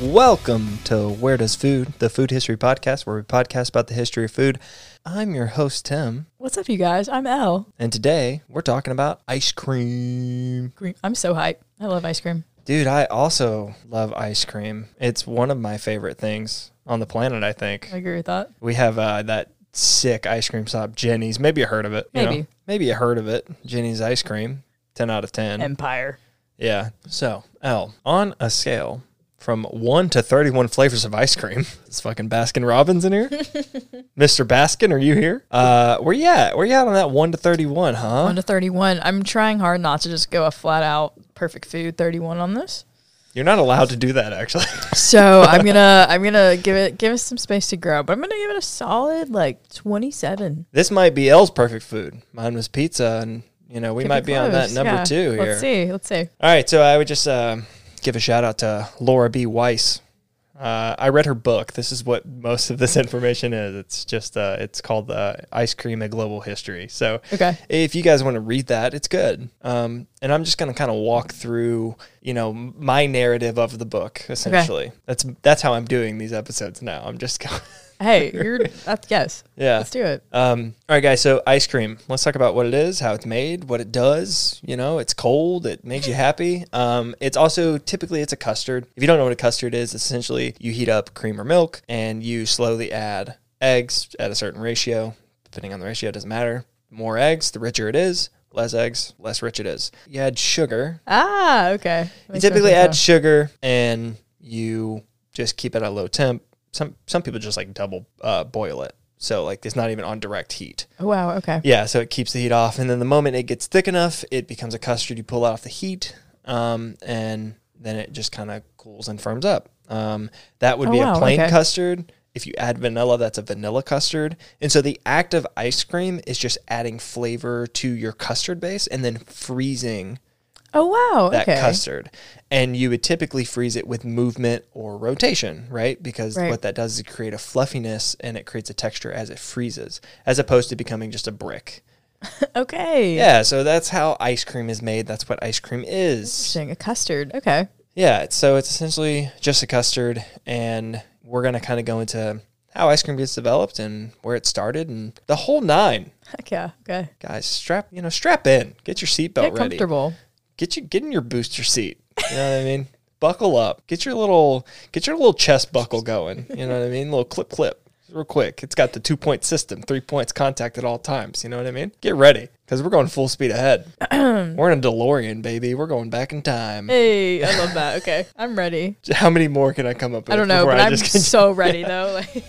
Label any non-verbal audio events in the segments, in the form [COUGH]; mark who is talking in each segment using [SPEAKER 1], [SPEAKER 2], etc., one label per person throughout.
[SPEAKER 1] Welcome to Where Does Food, the food history podcast, where we podcast about the history of food. I'm your host, Tim,
[SPEAKER 2] What's up, you guys? I'm Elle.
[SPEAKER 1] and today we're talking about ice cream.
[SPEAKER 2] Green- I'm so hyped. I love ice cream.
[SPEAKER 1] Dude, I also love ice cream. It's one of my favorite things on the planet, I think.
[SPEAKER 2] I agree with that.
[SPEAKER 1] We have uh, that sick ice cream shop, Jenny's. Maybe you heard of it. you know?
[SPEAKER 2] Maybe.
[SPEAKER 1] Maybe you heard of it. Jenny's Ice Cream, 10 out of 10.
[SPEAKER 2] Empire.
[SPEAKER 1] yeah. So, L, on a scale from 1 to 31 flavors of ice cream, [LAUGHS] it's fucking Baskin Robbins in
[SPEAKER 2] [LAUGHS]
[SPEAKER 1] here. Mr. Baskin, are you here? Uh, where you at? Where you at on that 1 to 31, huh?
[SPEAKER 2] One to thirty-one. I'm trying hard not to just go a flat-out perfect food thirty-one on this.
[SPEAKER 1] [LAUGHS] You're not allowed to do that, actually. [LAUGHS]
[SPEAKER 2] So I'm gonna I'm gonna give it give us some space to grow, but I'm gonna give it a solid like twenty-seven.
[SPEAKER 1] this might be L's perfect food. Mine was pizza, and, you know, we
[SPEAKER 2] Could be
[SPEAKER 1] might be on that
[SPEAKER 2] close,
[SPEAKER 1] number
[SPEAKER 2] yeah.
[SPEAKER 1] two here.
[SPEAKER 2] Let's see. Let's see.
[SPEAKER 1] All right, so I would just uh, give a shout out to Laura B. Weiss. Uh, I read her book. This is what most of this [LAUGHS] information is. It's just uh, it's called uh, "Ice Cream: A Global History." So,
[SPEAKER 2] Okay.
[SPEAKER 1] if you guys want to read that, it's good. Um, and I'm just gonna kind of walk through, you know, m- my narrative of the book essentially. That's that's how I'm doing these episodes now. I'm just [LAUGHS] going,
[SPEAKER 2] Hey, you're
[SPEAKER 1] [LAUGHS]
[SPEAKER 2] that's yes.
[SPEAKER 1] yeah.
[SPEAKER 2] Let's do it.
[SPEAKER 1] Um, all right, guys. So ice cream. Let's talk about what it is, how it's made, what it does. You know, it's cold. It makes you happy. Um, it's also typically it's a custard. If you don't know what a custard is, essentially you heat up cream or milk and you slowly add eggs at a certain ratio. Depending on the ratio, it doesn't matter. More eggs, the richer it is. Less eggs, less rich it is. You add sugar.
[SPEAKER 2] Ah, okay.
[SPEAKER 1] You
[SPEAKER 2] Makes more
[SPEAKER 1] typically
[SPEAKER 2] sense
[SPEAKER 1] add
[SPEAKER 2] now.
[SPEAKER 1] sugar and you just keep it at a low temp. Some some people just like double uh, boil it. So like it's not even on direct heat.
[SPEAKER 2] Oh, wow. Okay.
[SPEAKER 1] Yeah, so it keeps the heat off, and then the moment it gets thick enough, it becomes a custard. You pull off the heat, um, and then it just kind of cools and firms up. Um, that would
[SPEAKER 2] Oh,
[SPEAKER 1] be a
[SPEAKER 2] wow,
[SPEAKER 1] plain
[SPEAKER 2] okay.
[SPEAKER 1] custard. If you add vanilla, that's a vanilla custard. And so the act of ice cream is just adding flavor to your custard base and then freezing
[SPEAKER 2] Oh wow.
[SPEAKER 1] that
[SPEAKER 2] okay.
[SPEAKER 1] custard. And you would typically freeze it with movement or rotation, right? Because
[SPEAKER 2] Right.
[SPEAKER 1] what that does is create a fluffiness and it creates a texture as it freezes, as opposed to becoming just a brick.
[SPEAKER 2] [LAUGHS] okay.
[SPEAKER 1] Yeah, so that's how ice cream is made. That's what ice cream is.
[SPEAKER 2] Interesting. A custard. Okay. [LAUGHS]
[SPEAKER 1] Yeah, it's- so it's essentially just a custard, and we're going to kind of go into how ice cream gets developed and where it started and the whole nine.
[SPEAKER 2] Heck yeah. Okay.
[SPEAKER 1] Guys, strap, you know, strap in. Get your
[SPEAKER 2] Get
[SPEAKER 1] seatbelt ready.
[SPEAKER 2] comfortable.
[SPEAKER 1] Get you get in your booster seat. You know what I mean? [LAUGHS] Buckle up. Get your little get your little chest buckle going. You know what I mean? Little clip clip. Real quick. It's got the two point system, three points contact at all times. You know what I mean? Get ready. Because we're going full speed
[SPEAKER 2] [CLEARS THROAT]
[SPEAKER 1] ahead. We're in a DeLorean, baby. We're going back in time. [LAUGHS]
[SPEAKER 2] Hey, I love that. Okay, I'm ready.
[SPEAKER 1] How many more can I come up with?
[SPEAKER 2] I don't know,
[SPEAKER 1] before
[SPEAKER 2] but
[SPEAKER 1] I
[SPEAKER 2] I'm [LAUGHS]
[SPEAKER 1] just can- [LAUGHS]
[SPEAKER 2] so ready though. Like,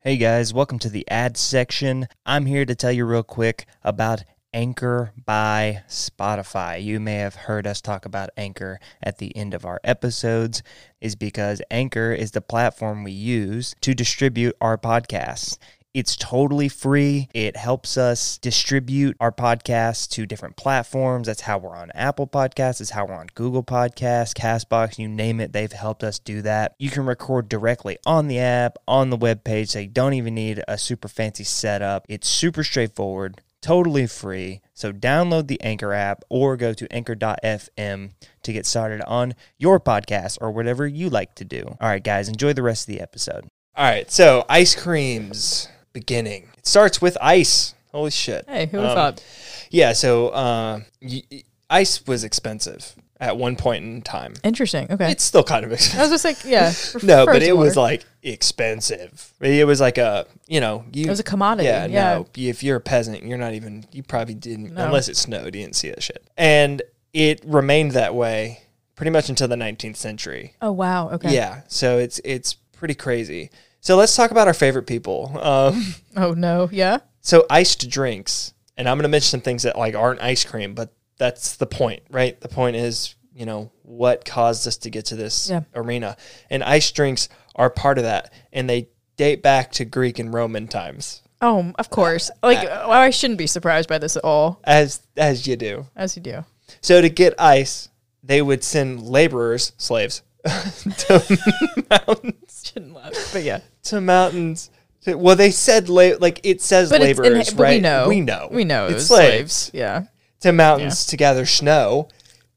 [SPEAKER 3] Hey guys, welcome to the ad section. I'm here to tell you real quick about Anchor by Spotify. You may have heard us talk about Anchor at the end of our episodes is because Anchor is the platform we use to distribute our podcasts. It's totally free. It helps us distribute our podcasts to different platforms. That's how we're on Apple Podcasts, it's how we're on Google Podcasts, Castbox, you name it. They've helped us do that. You can record directly on the app, on the web page. So you don't even need a super fancy setup. It's super straightforward, totally free. So download the Anchor app or go to anchor.fm to get started on your podcast or whatever you like to do. All right, guys, enjoy the rest of the episode.
[SPEAKER 1] All right, so ice creams beginning. It starts with ice. Holy shit.
[SPEAKER 2] hey, who would have
[SPEAKER 1] Um,
[SPEAKER 2] thought?
[SPEAKER 1] Yeah, so uh, y- y- ice was expensive at one point in time.
[SPEAKER 2] Interesting. Okay,
[SPEAKER 1] It's still kind of
[SPEAKER 2] I [LAUGHS] was
[SPEAKER 1] expensive.
[SPEAKER 2] just
[SPEAKER 1] [LAUGHS]
[SPEAKER 2] like, yeah.
[SPEAKER 1] No, but
[SPEAKER 2] frozen
[SPEAKER 1] it was
[SPEAKER 2] water.
[SPEAKER 1] like expensive. It was like a, you know, you.
[SPEAKER 2] it was a commodity.
[SPEAKER 1] yeah,
[SPEAKER 2] Yeah,
[SPEAKER 1] no. If you're a peasant, you're not even. You probably didn't,
[SPEAKER 2] No.
[SPEAKER 1] unless it snowed. You didn't see that shit, and it remained that way pretty much until the 19th century.
[SPEAKER 2] Oh wow. Okay.
[SPEAKER 1] Yeah, so it's it's pretty crazy. So let's talk about our favorite people. Um,
[SPEAKER 2] Oh no. Yeah.
[SPEAKER 1] so iced drinks, and I'm gonna mention some things that like aren't ice cream, but that's the point, right? The point is, you know, what caused us to get to this
[SPEAKER 2] Yeah.
[SPEAKER 1] arena, and ice drinks are part of that, and they date back to Greek and Roman times,
[SPEAKER 2] Oh, of course. Like, well, I shouldn't be surprised by this at all,
[SPEAKER 1] as as you do.
[SPEAKER 2] as you do.
[SPEAKER 1] [LAUGHS] So to get ice, they would send laborers, slaves, [LAUGHS] to mountains,
[SPEAKER 2] Shouldn't laugh, [LAUGHS] but yeah.
[SPEAKER 1] to mountains. to- well, they said la- like it says
[SPEAKER 2] But it's in-
[SPEAKER 1] laborers,
[SPEAKER 2] but
[SPEAKER 1] right?
[SPEAKER 2] we know.
[SPEAKER 1] we know,
[SPEAKER 2] We know. It
[SPEAKER 1] it's [LAUGHS]
[SPEAKER 2] was
[SPEAKER 1] slaves.
[SPEAKER 2] slaves. Yeah.
[SPEAKER 1] to mountains to gather snow.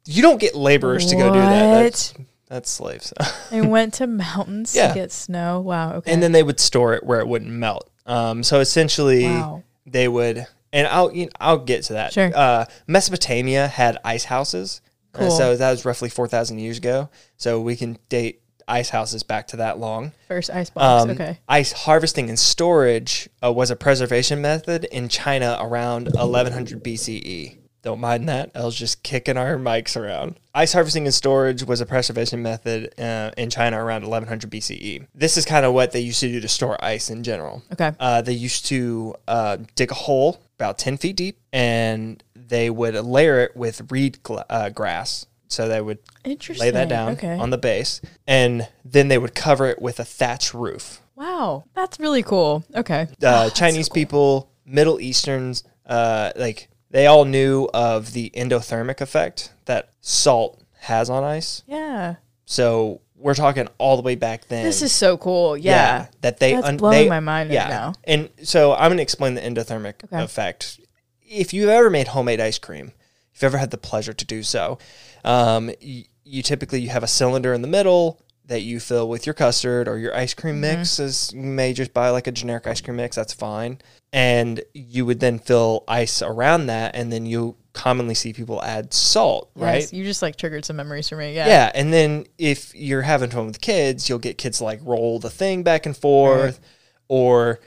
[SPEAKER 1] You don't get laborers to go do that.
[SPEAKER 2] What?
[SPEAKER 1] That's, that's slaves. [LAUGHS]
[SPEAKER 2] They went to mountains
[SPEAKER 1] Yeah.
[SPEAKER 2] to get snow. Wow. Okay.
[SPEAKER 1] and then they would store it where it wouldn't melt. Um, so essentially,
[SPEAKER 2] Wow.
[SPEAKER 1] they would, and I'll you know, I'll get to that.
[SPEAKER 2] Sure.
[SPEAKER 1] Uh, Mesopotamia had ice houses, Uh,
[SPEAKER 2] Cool.
[SPEAKER 1] so that was roughly four thousand years ago. So we can date ice houses back to that long.
[SPEAKER 2] first ice box.
[SPEAKER 1] Um,
[SPEAKER 2] okay.
[SPEAKER 1] Ice harvesting and storage uh, was a preservation method in China around 1100 BCE. E. Don't mind that. I was just kicking our mics around. Ice harvesting and storage was a preservation method uh, in China around 1100 BCE. E. This is kind of what they used to do to store ice in general.
[SPEAKER 2] Okay.
[SPEAKER 1] Uh, they used to uh, dig a hole about 10 feet deep and they would layer it with reed gla- uh, grass. So they would
[SPEAKER 2] Interesting.
[SPEAKER 1] lay that down
[SPEAKER 2] Okay.
[SPEAKER 1] on the base and then they would cover it with a thatch roof.
[SPEAKER 2] wow. That's really cool. Okay.
[SPEAKER 1] Uh, Chinese people, Middle Easterns, uh, like they all knew of the endothermic effect that salt has on ice.
[SPEAKER 2] Yeah.
[SPEAKER 1] So we're talking all the way back then.
[SPEAKER 2] This is so cool. Yeah.
[SPEAKER 1] that they
[SPEAKER 2] That's
[SPEAKER 1] un-
[SPEAKER 2] blowing
[SPEAKER 1] they-
[SPEAKER 2] my mind right now.
[SPEAKER 1] And so I'm going to explain the endothermic
[SPEAKER 2] Okay.
[SPEAKER 1] effect. If you've ever made homemade ice cream, if you've ever had the pleasure to do so, um, you, you typically you have a cylinder in the middle that you fill with your custard or your ice cream
[SPEAKER 2] Mm-hmm.
[SPEAKER 1] mix. Is you may just buy like a generic ice cream mix. That's fine. And you would then fill ice around that, and then you commonly see people add salt, right?
[SPEAKER 2] Yes, you just like triggered some memories for me. Yeah.
[SPEAKER 1] Yeah, and then if you're having fun with kids, you'll get kids to like roll the thing back and forth, or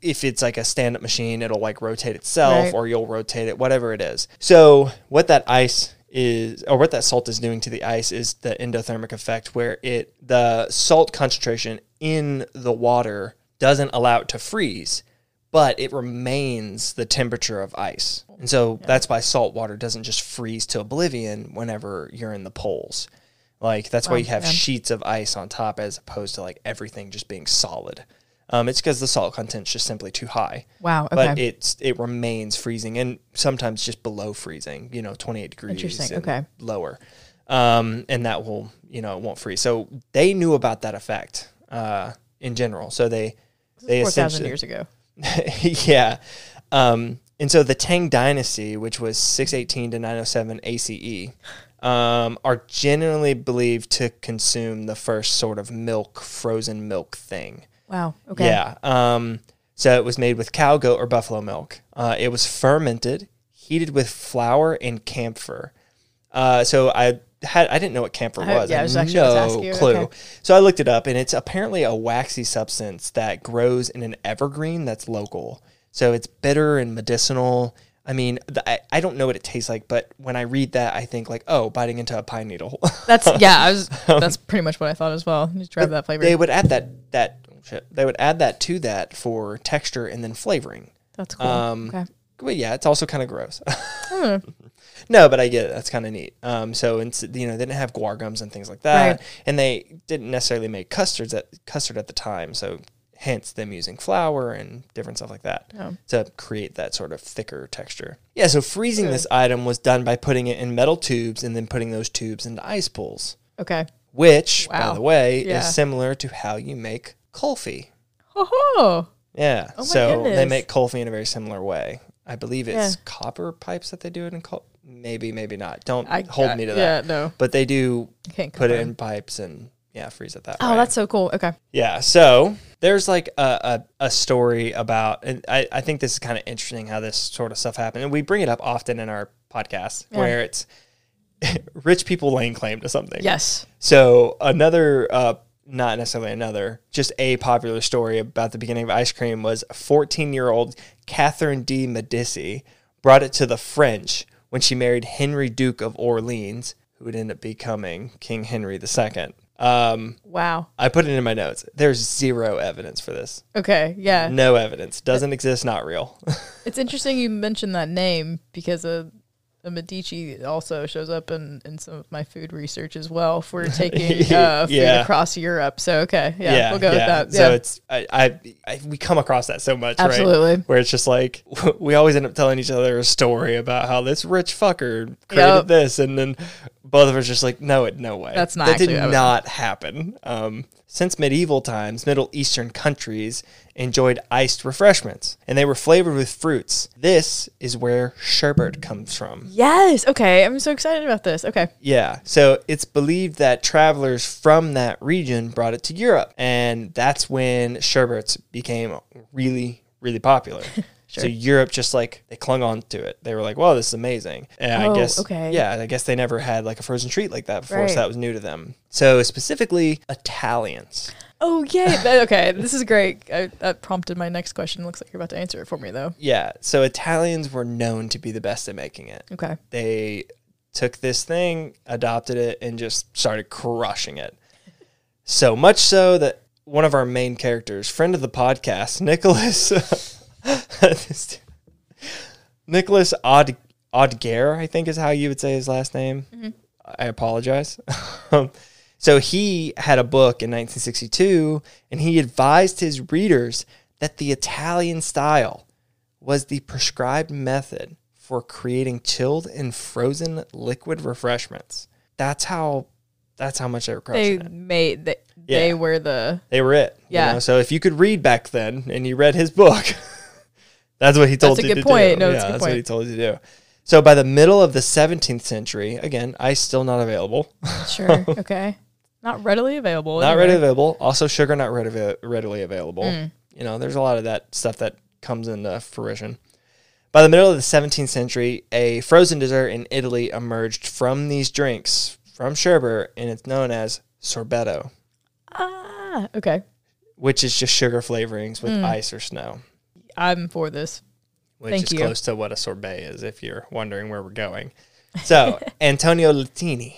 [SPEAKER 1] if it's like a stand-up machine, it'll like rotate itself,
[SPEAKER 2] Right.
[SPEAKER 1] or you'll rotate it, whatever it is. So what that ice is, or what that salt is doing to the ice, is the endothermic effect, where it the salt concentration in the water doesn't allow it to freeze. But it remains the temperature of ice. And so that's why salt water doesn't just freeze to oblivion whenever you're in the poles. Like that's why you have sheets of ice on top as opposed to like everything just being solid. Um, it's because the salt content's just simply too high.
[SPEAKER 2] Wow. Okay.
[SPEAKER 1] But it's it remains freezing and sometimes just below freezing, you know, 28 degrees
[SPEAKER 2] Interesting,
[SPEAKER 1] and
[SPEAKER 2] okay.
[SPEAKER 1] lower. Um, and that will, you know, it won't freeze. So they knew about that effect uh, in general. So they they
[SPEAKER 2] Four thousand
[SPEAKER 1] essentially
[SPEAKER 2] years ago.
[SPEAKER 1] [LAUGHS] yeah. Um, and so the Tang Dynasty, which was 618 to 907 ACE, um, are generally believed to consume the first sort of milk, frozen milk thing.
[SPEAKER 2] Wow. Okay.
[SPEAKER 1] Yeah. Um, so it was made with cow, goat, or buffalo milk. Uh, it was fermented, heated with flour and camphor. Uh, so I had I didn't know what camphor
[SPEAKER 2] I-
[SPEAKER 1] was.
[SPEAKER 2] yeah, I was actually
[SPEAKER 1] no
[SPEAKER 2] about to ask you.
[SPEAKER 1] clue.
[SPEAKER 2] Okay.
[SPEAKER 1] So I looked it up, and it's apparently a waxy substance that grows in an evergreen that's local. So it's bitter and medicinal. I mean, the, I, I don't know what it tastes like, but when I read that, I think like, oh, biting into a pine needle. [LAUGHS]
[SPEAKER 2] That's yeah. I was. That's pretty much what I thought as well. Just grab that flavor.
[SPEAKER 1] Um, they would add that that oh, shit. They would add that to that for texture and then flavoring.
[SPEAKER 2] that's cool.
[SPEAKER 1] Um,
[SPEAKER 2] okay.
[SPEAKER 1] But yeah, it's also kind of gross. [LAUGHS]
[SPEAKER 2] Hmm.
[SPEAKER 1] no, but I get it. That's kind of neat. Um, so and you know, they didn't have guar gums and things like that,
[SPEAKER 2] Right.
[SPEAKER 1] and they didn't necessarily make custards at custard at the time. So hence them using flour and different stuff like that
[SPEAKER 2] Oh.
[SPEAKER 1] to create that sort of thicker texture. Yeah. So freezing this item was done by putting it in metal tubes and then putting those tubes into ice pools,
[SPEAKER 2] Okay.
[SPEAKER 1] which, by
[SPEAKER 2] Wow.
[SPEAKER 1] the way,
[SPEAKER 2] Yeah.
[SPEAKER 1] is similar to how you make coffee.
[SPEAKER 2] Ho ho.
[SPEAKER 1] Yeah.
[SPEAKER 2] Oh my
[SPEAKER 1] so they
[SPEAKER 2] goodness.
[SPEAKER 1] make coffee in a very similar way. I believe it's
[SPEAKER 2] Yeah.
[SPEAKER 1] copper pipes that they do it in. Co- maybe, maybe not. Don't
[SPEAKER 2] I
[SPEAKER 1] hold
[SPEAKER 2] I-
[SPEAKER 1] me to that.
[SPEAKER 2] Yeah. No.
[SPEAKER 1] But they do
[SPEAKER 2] I can't
[SPEAKER 1] put it
[SPEAKER 2] confirm.
[SPEAKER 1] in pipes and yeah, freeze it that
[SPEAKER 2] Oh,
[SPEAKER 1] way.
[SPEAKER 2] that's so cool. Okay.
[SPEAKER 1] Yeah. So there's like a, a, a story about, and I, I think this is kind of interesting how this sort of stuff happened. And we bring it up often in our podcast
[SPEAKER 2] Yeah.
[SPEAKER 1] where it's [LAUGHS] rich people laying claim to something.
[SPEAKER 2] Yes.
[SPEAKER 1] So another, uh, not necessarily another, just a popular story about the beginning of ice cream was 14-year-old Catherine de Medici brought it to the French when she married Henry Duke of Orleans, who would end up becoming King Henry II. Um,
[SPEAKER 2] Wow.
[SPEAKER 1] I put it in my notes. There's zero evidence for this.
[SPEAKER 2] Okay. Yeah.
[SPEAKER 1] No evidence. Doesn't exist. Not real.
[SPEAKER 2] It's interesting you mentioned that name because a, a Medici also shows up in, in some of my food research as
[SPEAKER 1] [LAUGHS]
[SPEAKER 2] well. If we're taking uh, food
[SPEAKER 1] Yeah.
[SPEAKER 2] across Europe, so okay, yeah, we'll go with that.
[SPEAKER 1] So
[SPEAKER 2] yeah.
[SPEAKER 1] it's I, I, I we come across that so much,
[SPEAKER 2] Absolutely.
[SPEAKER 1] right? Where it's just like [LAUGHS] we always end up telling each other a story about how this rich fucker created
[SPEAKER 2] Yep.
[SPEAKER 1] this, and then, both of us just like, no, it, no way.
[SPEAKER 2] That's not
[SPEAKER 1] That did
[SPEAKER 2] actually what I was-
[SPEAKER 1] not happen. Um, since medieval times, Middle Eastern countries enjoyed iced refreshments, and they were flavored with fruits. This is where sherbet comes from.
[SPEAKER 2] Yes. Okay. I'm so excited about this. Okay.
[SPEAKER 1] Yeah. So it's believed that travelers from that region brought it to Europe. And that's when sherbets became really, really
[SPEAKER 2] [LAUGHS]
[SPEAKER 1] popular. So Europe just like they clung on to it. They were like, "Wow, this is amazing!" And I
[SPEAKER 2] Oh,
[SPEAKER 1] guess,
[SPEAKER 2] okay.
[SPEAKER 1] yeah, and I guess they never had like a frozen treat like that before, so
[SPEAKER 2] Right.
[SPEAKER 1] that was new to them. So specifically, Italians.
[SPEAKER 2] Oh [LAUGHS] yay! That- okay, this is great. I, that prompted my next question. Looks like you're about to answer it for me though.
[SPEAKER 1] Yeah, so Italians were known to be the best at making it.
[SPEAKER 2] Okay.
[SPEAKER 1] they took this thing, adopted it, and just started crushing it. So much so that one of our main characters, friend of the podcast, Nicholas, [LAUGHS] this- Nicholas Od, Odgare, I think is how you would say his last name. I apologize. [LAUGHS] Um, so he had a book in 1962, and he advised his readers that the Italian style was the prescribed method for creating chilled and frozen liquid refreshments. That's how. That's how much they were crushing
[SPEAKER 2] They
[SPEAKER 1] it
[SPEAKER 2] made they,
[SPEAKER 1] Yeah.
[SPEAKER 2] they were the
[SPEAKER 1] they were it. you
[SPEAKER 2] Yeah.
[SPEAKER 1] know? So if you could read back then and you read his book, [LAUGHS] that's what he told
[SPEAKER 2] That's a
[SPEAKER 1] you
[SPEAKER 2] good
[SPEAKER 1] to do.
[SPEAKER 2] point. No,
[SPEAKER 1] yeah,
[SPEAKER 2] that's a good
[SPEAKER 1] that's what
[SPEAKER 2] point.
[SPEAKER 1] he told you to do. So by the middle of the 17th century, again, ice still not available,
[SPEAKER 2] [LAUGHS] sure. [LAUGHS] okay. Not readily available.
[SPEAKER 1] not
[SPEAKER 2] anyway.
[SPEAKER 1] readily available. Also, sugar not readi- readily available.
[SPEAKER 2] Mm.
[SPEAKER 1] You know, there's a lot of that stuff that comes into fruition. By the middle of the 17th century, a frozen dessert in Italy emerged from these drinks from sherbet, and it's known as sorbetto.
[SPEAKER 2] Ah. Okay.
[SPEAKER 1] which is just sugar flavorings
[SPEAKER 2] Mm.
[SPEAKER 1] with ice or snow,
[SPEAKER 2] I'm for this.
[SPEAKER 1] which
[SPEAKER 2] Thank
[SPEAKER 1] is
[SPEAKER 2] you.
[SPEAKER 1] close to what a sorbet is if you're wondering where we're going.
[SPEAKER 2] [LAUGHS]
[SPEAKER 1] So, Antonio Latini.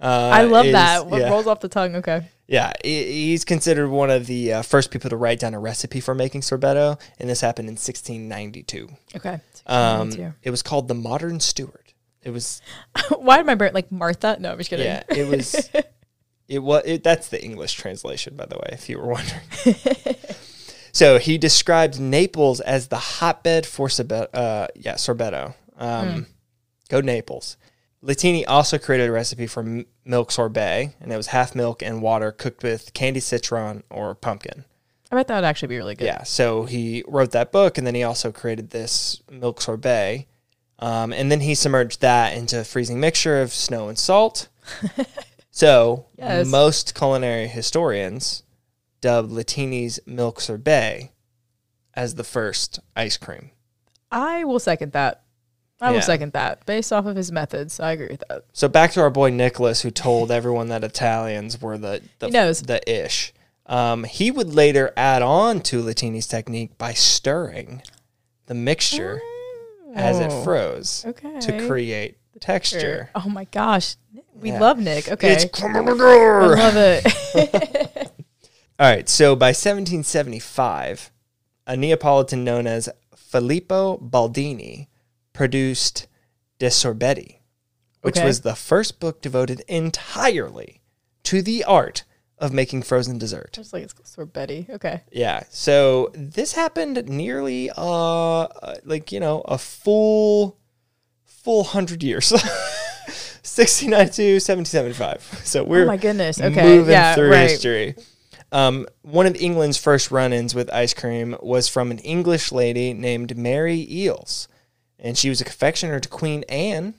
[SPEAKER 1] Uh,
[SPEAKER 2] I love
[SPEAKER 1] is-
[SPEAKER 2] that. What
[SPEAKER 1] yeah.
[SPEAKER 2] rolls off the tongue. Okay.
[SPEAKER 1] Yeah, he- he's considered one of the uh, first people to write down a recipe for making sorbetto, and this happened in 1692.
[SPEAKER 2] Okay. Sounds
[SPEAKER 1] Um,
[SPEAKER 2] here.
[SPEAKER 1] it was called the Modern Steward. It was
[SPEAKER 2] [LAUGHS] Why did my brain like Martha? No, I'm just kidding.
[SPEAKER 1] yeah, it was it was it, that's the English translation, by the way, if you were wondering. [LAUGHS] so he described Naples as the hotbed for sorbet, uh, yeah, sorbetto. Um, Go Naples. Latini also created a recipe for m- milk sorbet, and it was half milk and water cooked with candy citron or pumpkin.
[SPEAKER 2] I bet that would actually be really good.
[SPEAKER 1] Yeah, so he wrote that book, and then he also created this milk sorbet, um, and then he submerged that into a freezing mixture of snow and
[SPEAKER 2] [LAUGHS]
[SPEAKER 1] salt. so
[SPEAKER 2] Yes.
[SPEAKER 1] most culinary historians dubbed Latini's milk sorbet as the first ice cream.
[SPEAKER 2] I will second that. I
[SPEAKER 1] Yeah.
[SPEAKER 2] will second that based off of his methods. I agree with that.
[SPEAKER 1] So back to our boy Nicholas, who told everyone that Italians were the the,
[SPEAKER 2] He knows.
[SPEAKER 1] the ish. Um, he would later add on to Latini's technique by stirring the mixture as it
[SPEAKER 2] Oh.
[SPEAKER 1] froze to
[SPEAKER 2] Okay.
[SPEAKER 1] create texture.
[SPEAKER 2] Oh my gosh. We
[SPEAKER 1] Yeah.
[SPEAKER 2] love Nick. Okay. Uh-huh.
[SPEAKER 1] It's coming
[SPEAKER 2] I
[SPEAKER 1] together.
[SPEAKER 2] [LAUGHS] love it. [LAUGHS]
[SPEAKER 1] All right, so by 1775, a Neapolitan known as Filippo Baldini produced De Sorbetti, which
[SPEAKER 2] Okay.
[SPEAKER 1] was the first book devoted entirely to the art of making frozen dessert.
[SPEAKER 2] Just like it's sorbetty. Okay.
[SPEAKER 1] Yeah, so this happened nearly, uh, uh, like you know, a full, full hundred years, [LAUGHS] 1692, 1775. So we're
[SPEAKER 2] oh my goodness. Okay.
[SPEAKER 1] moving
[SPEAKER 2] yeah.
[SPEAKER 1] through
[SPEAKER 2] right.
[SPEAKER 1] history. Um, one of England's first run-ins with ice cream was from an English lady named Mary Eels, and she was a confectioner to Queen Anne,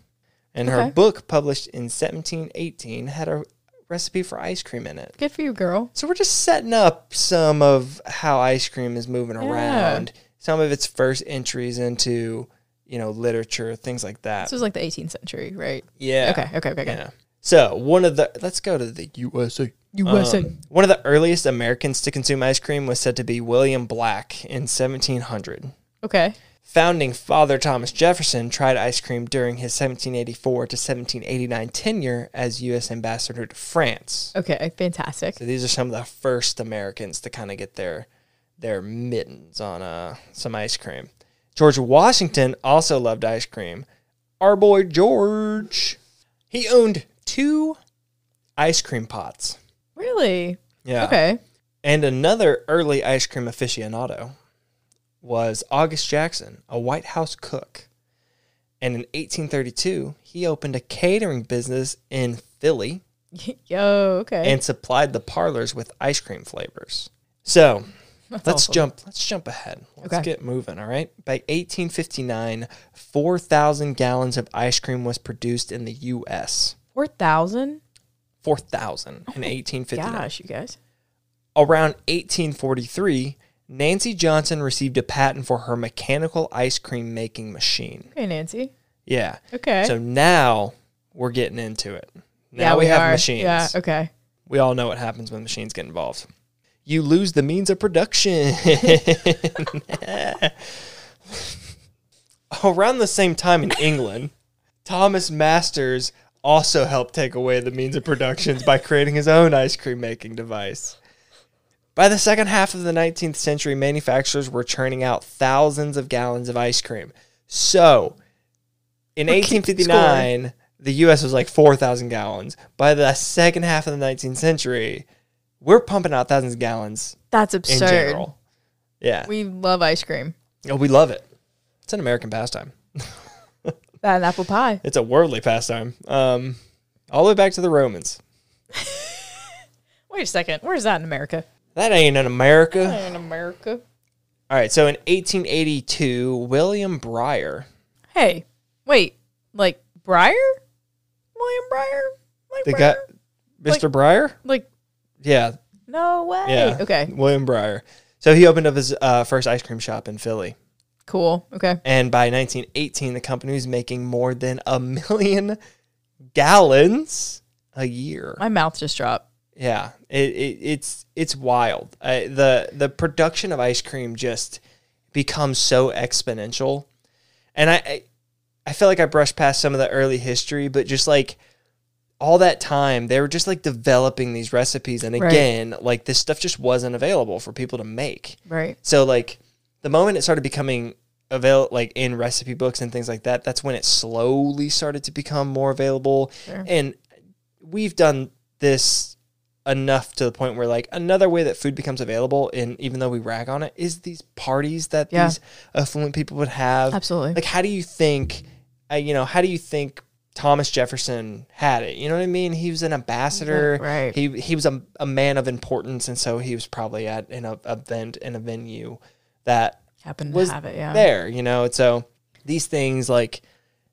[SPEAKER 1] and her
[SPEAKER 2] Okay.
[SPEAKER 1] book published in 1718 had a recipe for ice cream in it.
[SPEAKER 2] Good for you, girl.
[SPEAKER 1] So we're just setting up some of how ice cream is moving
[SPEAKER 2] Yeah.
[SPEAKER 1] around, some of its first entries into you know literature, things like that.
[SPEAKER 2] This was like the 18th century, right?
[SPEAKER 1] yeah.
[SPEAKER 2] Okay. Okay. Okay. okay.
[SPEAKER 1] Yeah. So one of the let's go to the USA.
[SPEAKER 2] USA.
[SPEAKER 1] Um, one of the earliest Americans to consume ice cream was said to be William Black in 1700.
[SPEAKER 2] Okay.
[SPEAKER 1] Founding father Thomas Jefferson tried ice cream during his 1784 to 1789 tenure as U.S. ambassador to France.
[SPEAKER 2] Okay. Fantastic.
[SPEAKER 1] So these are some of the first Americans to kind of get their their mittens on uh, some ice cream. George Washington also loved ice cream. Our boy George, he owned two ice cream pots.
[SPEAKER 2] Really?
[SPEAKER 1] Yeah.
[SPEAKER 2] Okay. [LAUGHS]
[SPEAKER 1] And another early ice cream aficionado was August Jackson, a White House cook. And in 1832, he opened a catering business in Philly
[SPEAKER 2] Yo, okay.
[SPEAKER 1] and supplied the parlors with ice cream flavors. So
[SPEAKER 2] That's
[SPEAKER 1] let's
[SPEAKER 2] awesome.
[SPEAKER 1] jump. Let's jump ahead. Let's
[SPEAKER 2] Okay.
[SPEAKER 1] get moving. All right. By 1859, 4,000 gallons of ice cream was produced in the U.S.
[SPEAKER 2] Four thousand.
[SPEAKER 1] 4,000 in 1859.
[SPEAKER 2] Oh Gosh, you guys.
[SPEAKER 1] Around 1843, Nancy Johnson received a patent for her mechanical ice cream making machine.
[SPEAKER 2] Okay, Nancy.
[SPEAKER 1] Yeah.
[SPEAKER 2] Okay.
[SPEAKER 1] So now we're getting into it. Now
[SPEAKER 2] yeah,
[SPEAKER 1] we, have
[SPEAKER 2] are.
[SPEAKER 1] machines.
[SPEAKER 2] Yeah. Okay.
[SPEAKER 1] We all know what happens when machines get involved. You lose the means of production. [LAUGHS] Around the same time in England, Thomas Masters also helped take away the means of productions by creating his own ice cream making device. By the second half of the 19th century, manufacturers were churning out thousands of gallons of ice cream. So, in
[SPEAKER 2] We're keeping
[SPEAKER 1] 1859, the US was like 4,000 gallons. By the second half of the 19th century, we're pumping out thousands of gallons
[SPEAKER 2] That's
[SPEAKER 1] in
[SPEAKER 2] absurd.
[SPEAKER 1] general. Yeah.
[SPEAKER 2] We love ice cream.
[SPEAKER 1] oh, we love it. It's an American pastime.
[SPEAKER 2] That and apple pie.
[SPEAKER 1] It's a worldly pastime. Um, all the way back to the Romans.
[SPEAKER 2] Wait a second. Where's that in America?
[SPEAKER 1] That ain't in America.
[SPEAKER 2] In America.
[SPEAKER 1] All right. So in 1882, William Breyer,
[SPEAKER 2] Hey, wait. Like Briar? William Briar? Like
[SPEAKER 1] the
[SPEAKER 2] Breyer?
[SPEAKER 1] guy, Mr. Breyer.
[SPEAKER 2] Like
[SPEAKER 1] Yeah,
[SPEAKER 2] no way.
[SPEAKER 1] yeah.
[SPEAKER 2] Okay.
[SPEAKER 1] William Breyer. So he opened up his uh, first ice cream shop in Philly,
[SPEAKER 2] Cool. Okay.
[SPEAKER 1] and by 1918, the company was making more than a million gallons a year.
[SPEAKER 2] My mouth just dropped.
[SPEAKER 1] Yeah, it, it, it's it's wild. Uh, the the production of ice cream just becomes so exponential, and I I, I feel like I brushed past some of the early history, but just like all that time, they were just like developing these recipes, and
[SPEAKER 2] Right.
[SPEAKER 1] again, like this stuff just wasn't available for people to make.
[SPEAKER 2] Right.
[SPEAKER 1] So like the moment it started becoming avail like in recipe books and things like that, that's when it slowly started to become more available.
[SPEAKER 2] Sure.
[SPEAKER 1] And we've done this enough to the point where like another way that food becomes available and even though we rag on it is these parties that
[SPEAKER 2] Yeah.
[SPEAKER 1] these affluent people would have.
[SPEAKER 2] Absolutely.
[SPEAKER 1] Like how do you think uh, you know, how do you think Thomas Jefferson had it? You know what I mean? He was an ambassador
[SPEAKER 2] Right.
[SPEAKER 1] he he was a, a man of importance, and so he was probably at an a- event in a venue that
[SPEAKER 2] Happen to
[SPEAKER 1] was
[SPEAKER 2] have it, yeah.
[SPEAKER 1] there, you know. And so these things like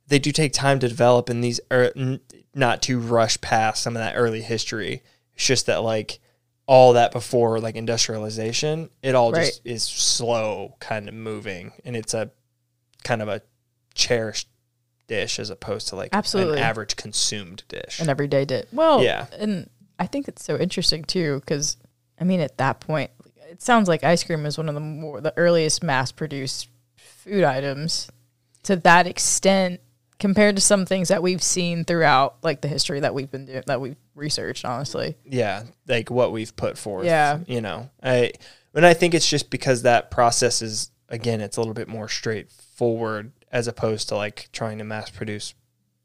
[SPEAKER 1] they do take time to develop, and these are n- not to rush past some of that early history. It's just that like all that before like industrialization, it all just is slow, kind of moving, and it's a kind of a cherished dish as opposed to like
[SPEAKER 2] Absolutely.
[SPEAKER 1] an average consumed dish.
[SPEAKER 2] an everyday did. Well,
[SPEAKER 1] Yeah.
[SPEAKER 2] and I think it's so interesting too because I mean at that point it sounds like ice cream is one of the more the earliest mass produced food items to that extent compared to some things that we've seen throughout like the history that we've been doing that we've researched honestly.
[SPEAKER 1] yeah like what we've put forth
[SPEAKER 2] Yeah.
[SPEAKER 1] you know i and i think it's just because that process is again it's a little bit more straightforward as opposed to like trying to mass produce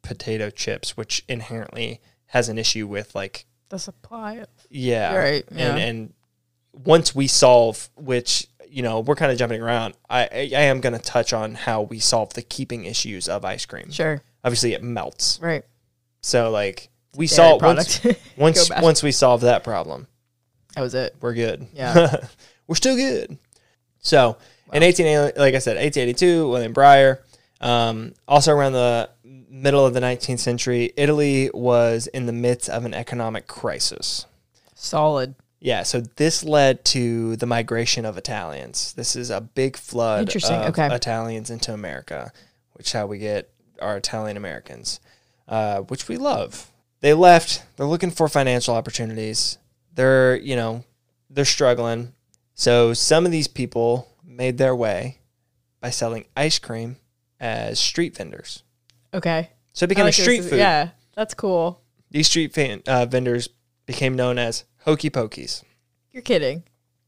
[SPEAKER 1] potato chips which inherently has an issue with like
[SPEAKER 2] The supply of
[SPEAKER 1] yeah
[SPEAKER 2] Right,
[SPEAKER 1] and
[SPEAKER 2] yeah.
[SPEAKER 1] and once we solve which you know we're kind of jumping around i i, I am going to touch on how we solve the keeping issues of ice cream
[SPEAKER 2] sure,
[SPEAKER 1] obviously it melts
[SPEAKER 2] right.
[SPEAKER 1] so like we
[SPEAKER 2] Dairy
[SPEAKER 1] solve once
[SPEAKER 2] product. [LAUGHS]
[SPEAKER 1] once,
[SPEAKER 2] back.
[SPEAKER 1] once we solve that problem
[SPEAKER 2] that was it.
[SPEAKER 1] we're good.
[SPEAKER 2] Yeah.
[SPEAKER 1] [LAUGHS] we're still good. So in 18, like I said, 1882, William Breyer. Um, also around the middle of the 19th century, Italy was in the midst of an economic crisis.
[SPEAKER 2] Solid.
[SPEAKER 1] Yeah, so this led to the migration of Italians. This is a big flood
[SPEAKER 2] Interesting,
[SPEAKER 1] of
[SPEAKER 2] okay.
[SPEAKER 1] Italians into America, which is how we get our Italian Americans, uh, which we love. They left. They're looking for financial opportunities. They're you know they're struggling. So some of these people made their way by selling ice cream as street vendors.
[SPEAKER 2] Oh, Okay.
[SPEAKER 1] So it
[SPEAKER 2] I
[SPEAKER 1] became
[SPEAKER 2] like
[SPEAKER 1] a
[SPEAKER 2] this.
[SPEAKER 1] street food.
[SPEAKER 2] Yeah, that's cool.
[SPEAKER 1] These street fan, uh, vendors became known as hokey pokeys.
[SPEAKER 2] You're kidding.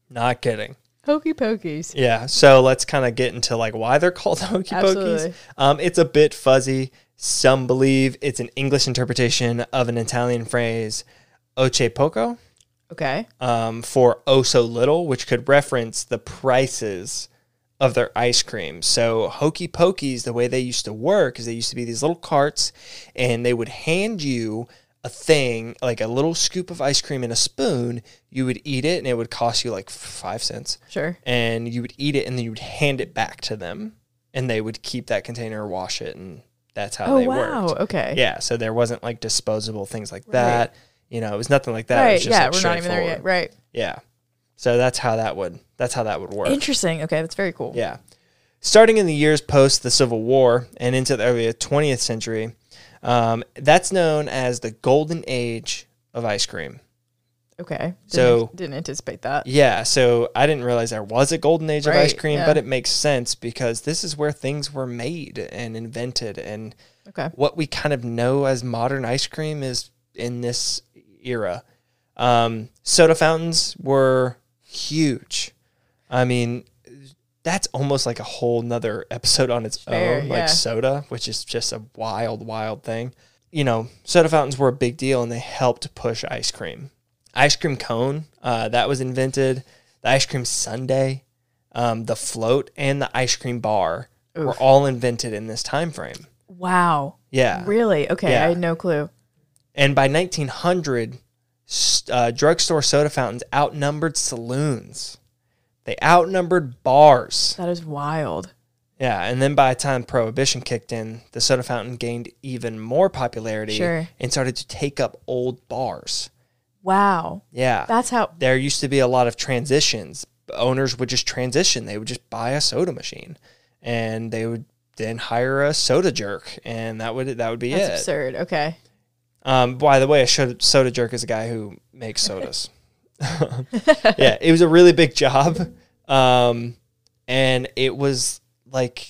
[SPEAKER 1] Not kidding.
[SPEAKER 2] Hokey pokeys.
[SPEAKER 1] Yeah, so let's kind of get into like why they're [LAUGHS] called hokey pokeys.
[SPEAKER 2] Absolutely.
[SPEAKER 1] Um, it's a bit fuzzy. Some believe it's an English interpretation of an Italian phrase "oce poco"
[SPEAKER 2] Okay.
[SPEAKER 1] um, for "oh so little," which could reference the prices of their ice cream. So Hokey Pokeys, the way they used to work is they used to be these little carts and they would hand you a thing, like a little scoop of ice cream in a spoon. You would eat it and it would cost you like five cents.
[SPEAKER 2] Sure.
[SPEAKER 1] And you would eat it and then you would hand it back to them and they would keep that container, wash it, and that's how
[SPEAKER 2] oh
[SPEAKER 1] they
[SPEAKER 2] wow.
[SPEAKER 1] worked.
[SPEAKER 2] Okay.
[SPEAKER 1] Yeah. So there wasn't like disposable things like that. You know, it was nothing like that. It
[SPEAKER 2] Right.
[SPEAKER 1] was just
[SPEAKER 2] Yeah.
[SPEAKER 1] like
[SPEAKER 2] we're not even there yet.
[SPEAKER 1] straightforward.
[SPEAKER 2] Right.
[SPEAKER 1] Yeah. So that's how that would that's how that would work.
[SPEAKER 2] Interesting. Okay. That's very cool.
[SPEAKER 1] Yeah. Starting in the years post the Civil War and into the early 20th century, um, that's known as the golden age of ice cream.
[SPEAKER 2] Okay. Didn't,
[SPEAKER 1] So-
[SPEAKER 2] didn't anticipate that.
[SPEAKER 1] Yeah, so I didn't realize there was a golden age of ice
[SPEAKER 2] Right,
[SPEAKER 1] cream,
[SPEAKER 2] yeah.
[SPEAKER 1] but it makes sense because this is where things were made and invented. And
[SPEAKER 2] Okay.
[SPEAKER 1] what we kind of know as modern ice cream is in this era. Um, soda fountains were huge. I mean, that's almost like a whole nother episode on its
[SPEAKER 2] Fair,
[SPEAKER 1] own,
[SPEAKER 2] yeah.
[SPEAKER 1] like soda, which is just a wild, wild thing. You know, soda fountains were a big deal and they helped push ice cream. Ice cream cone, uh, that was invented. The ice cream sundae, um, the float, and the ice cream bar were
[SPEAKER 2] Oof.
[SPEAKER 1] all invented in this time frame.
[SPEAKER 2] Wow.
[SPEAKER 1] Yeah.
[SPEAKER 2] Really? Okay.
[SPEAKER 1] Yeah.
[SPEAKER 2] I had no clue.
[SPEAKER 1] And by 1900, s- uh, drugstore soda fountains outnumbered saloons. They outnumbered bars.
[SPEAKER 2] That is wild.
[SPEAKER 1] Yeah, and then by the time Prohibition kicked in, the soda fountain gained even more popularity
[SPEAKER 2] Sure.
[SPEAKER 1] and started to take up old bars.
[SPEAKER 2] Wow.
[SPEAKER 1] Yeah.
[SPEAKER 2] That's how.
[SPEAKER 1] there used to be a lot of transitions. Owners would just transition. They would just buy a soda machine and they would then hire a soda jerk and that would that would be
[SPEAKER 2] That's
[SPEAKER 1] it.
[SPEAKER 2] absurd. Okay.
[SPEAKER 1] Um, by the way, a sho- soda jerk is a guy who makes sodas. [LAUGHS] yeah, it was a really big job. Um, and it was like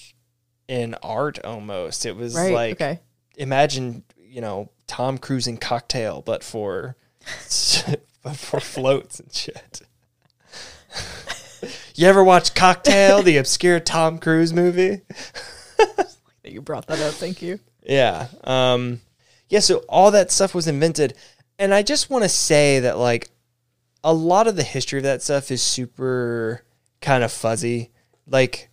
[SPEAKER 1] an art almost. It was
[SPEAKER 2] Right.
[SPEAKER 1] like,
[SPEAKER 2] okay.
[SPEAKER 1] imagine, you know, Tom Cruise in cocktail, but for, [LAUGHS] but for floats and shit. [LAUGHS] you ever watch Cocktail, the obscure Tom Cruise movie?
[SPEAKER 2] That you brought that up.
[SPEAKER 1] [LAUGHS]
[SPEAKER 2] Thank you.
[SPEAKER 1] Yeah. Um, yeah. So all that stuff was invented, and I just want to say that like a lot of the history of that stuff is super kind of fuzzy. Like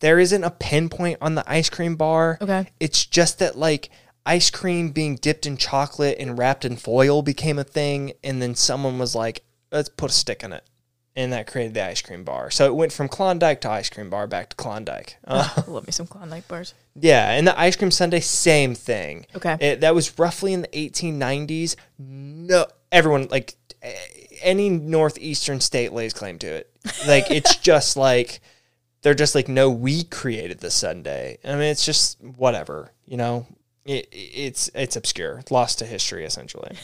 [SPEAKER 1] there isn't a pinpoint on the ice cream bar. [LAUGHS]
[SPEAKER 2] Okay.
[SPEAKER 1] It's just that like ice cream being dipped in chocolate and wrapped in foil became a thing, and then someone was like, "Let's put a stick in it." And that created the ice cream bar. So it went from Klondike to ice cream bar back to Klondike. Uh,
[SPEAKER 2] Love me some Klondike bars.
[SPEAKER 1] yeah, and the ice cream sundae, same thing.
[SPEAKER 2] Okay.
[SPEAKER 1] It, that was roughly in the 1890s. No, everyone like eh, any northeastern state lays claim to it. Like it's just like they're just like, no, we created the Sunday. I mean, it's just whatever, you know. It, it's it's obscure, lost to history essentially.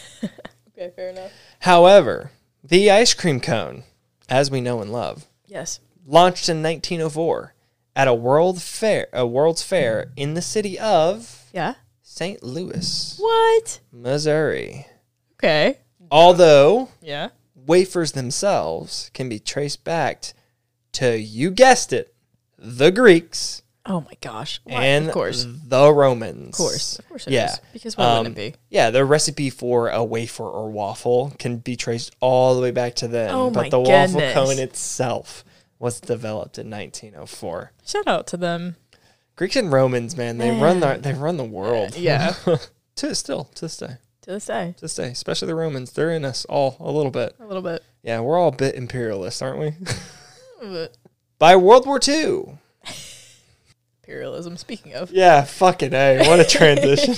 [SPEAKER 2] Okay. Fair enough.
[SPEAKER 1] However, the ice cream cone, as we know and love,
[SPEAKER 2] Yes.
[SPEAKER 1] launched in 1904 at a world fair, a world's fair in the city of
[SPEAKER 2] Yeah.
[SPEAKER 1] St. Louis,
[SPEAKER 2] What?
[SPEAKER 1] Missouri.
[SPEAKER 2] Okay.
[SPEAKER 1] Although
[SPEAKER 2] Yeah.
[SPEAKER 1] wafers themselves can be traced back to you guessed it, the Greeks
[SPEAKER 2] Oh my gosh. Why?
[SPEAKER 1] and
[SPEAKER 2] of course. Of
[SPEAKER 1] the Romans. Of
[SPEAKER 2] course. Of course it is.
[SPEAKER 1] yeah.
[SPEAKER 2] Because why wouldn't it be?
[SPEAKER 1] Yeah, the recipe for a wafer or waffle can be traced all the way back to them,
[SPEAKER 2] Oh
[SPEAKER 1] but
[SPEAKER 2] my
[SPEAKER 1] the waffle
[SPEAKER 2] goodness.
[SPEAKER 1] cone itself was developed in 1904.
[SPEAKER 2] Shout out to them.
[SPEAKER 1] Greeks and Romans, man, they run the they run the world.
[SPEAKER 2] Yeah.
[SPEAKER 1] [LAUGHS] to still to this day,
[SPEAKER 2] to this day.
[SPEAKER 1] to this day, especially the Romans, they're in us all a little bit.
[SPEAKER 2] A little bit.
[SPEAKER 1] Yeah, we're all a bit imperialist, aren't we? [LAUGHS] By World War II.
[SPEAKER 2] Imperialism. Speaking of.
[SPEAKER 1] Yeah, fucking a. What a
[SPEAKER 2] [LAUGHS]
[SPEAKER 1] transition.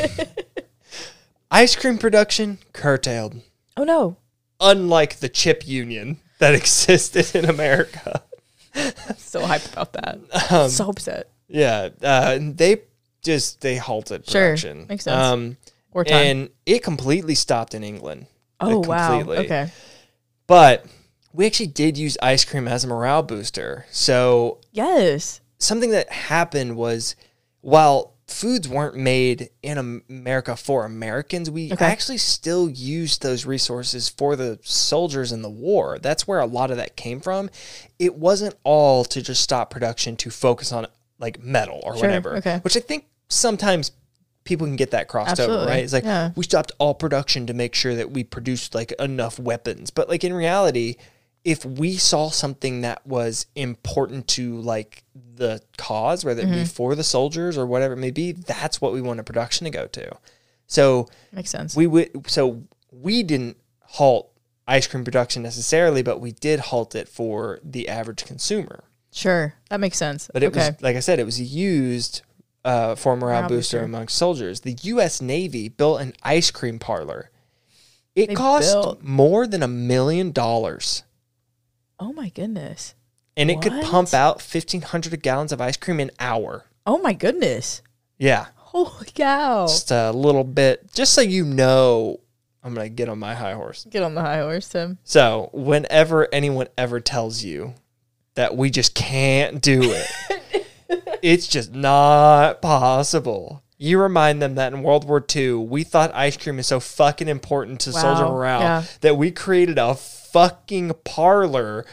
[SPEAKER 1] Ice cream production curtailed,
[SPEAKER 2] Oh no.
[SPEAKER 1] unlike the chip union that [LAUGHS] existed in America.
[SPEAKER 2] So hyped
[SPEAKER 1] [LAUGHS]
[SPEAKER 2] about that.
[SPEAKER 1] Um,
[SPEAKER 2] so upset.
[SPEAKER 1] Yeah, uh, they just they halted
[SPEAKER 2] Sure,
[SPEAKER 1] production.
[SPEAKER 2] makes sense.
[SPEAKER 1] Um,
[SPEAKER 2] Or time.
[SPEAKER 1] and it completely stopped in England.
[SPEAKER 2] oh
[SPEAKER 1] Like,
[SPEAKER 2] wow.
[SPEAKER 1] completely.
[SPEAKER 2] Okay.
[SPEAKER 1] But we actually did use ice cream as a morale booster. So
[SPEAKER 2] Yes.
[SPEAKER 1] something that happened was while foods weren't made in Am- America for Americans, we
[SPEAKER 2] Okay.
[SPEAKER 1] actually still used those resources for the soldiers in the war. That's where a lot of that came from. It wasn't all to just stop production to focus on like metal or
[SPEAKER 2] Sure,
[SPEAKER 1] whatever,
[SPEAKER 2] okay.
[SPEAKER 1] which I think sometimes people can get that crossed over,
[SPEAKER 2] Absolutely,
[SPEAKER 1] right? It's like
[SPEAKER 2] yeah.
[SPEAKER 1] we stopped all production to make sure that we produced like enough weapons. But like in reality, if we saw something that was important to like the cause, whether
[SPEAKER 2] Mm-hmm.
[SPEAKER 1] it be for the soldiers or whatever it may be, that's what we want a production to go to. So
[SPEAKER 2] Makes sense.
[SPEAKER 1] we would so we didn't halt ice cream production necessarily, but we did halt it for the average consumer.
[SPEAKER 2] sure. That makes sense.
[SPEAKER 1] But it
[SPEAKER 2] okay.
[SPEAKER 1] was, like I said, it was a used uh, for morale,
[SPEAKER 2] Morale
[SPEAKER 1] booster,
[SPEAKER 2] booster.
[SPEAKER 1] amongst soldiers. The U.S. Navy built an ice cream parlor. It
[SPEAKER 2] They
[SPEAKER 1] cost
[SPEAKER 2] built-
[SPEAKER 1] more than a million dollars,
[SPEAKER 2] oh my goodness.
[SPEAKER 1] and it could
[SPEAKER 2] What?
[SPEAKER 1] pump out fifteen hundred gallons of ice cream an hour.
[SPEAKER 2] Oh my goodness.
[SPEAKER 1] Yeah,
[SPEAKER 2] Holy cow.
[SPEAKER 1] just a little bit, just so you know. I'm gonna get on my high horse.
[SPEAKER 2] Get on the high horse, Tim.
[SPEAKER 1] So, whenever anyone ever tells you that we just can't do
[SPEAKER 2] [LAUGHS]
[SPEAKER 1] it, it's just not possible. You remind them that in World War II, we thought ice cream is so fucking important to soldier
[SPEAKER 2] Wow,
[SPEAKER 1] morale
[SPEAKER 2] yeah.
[SPEAKER 1] that we created a fucking parlor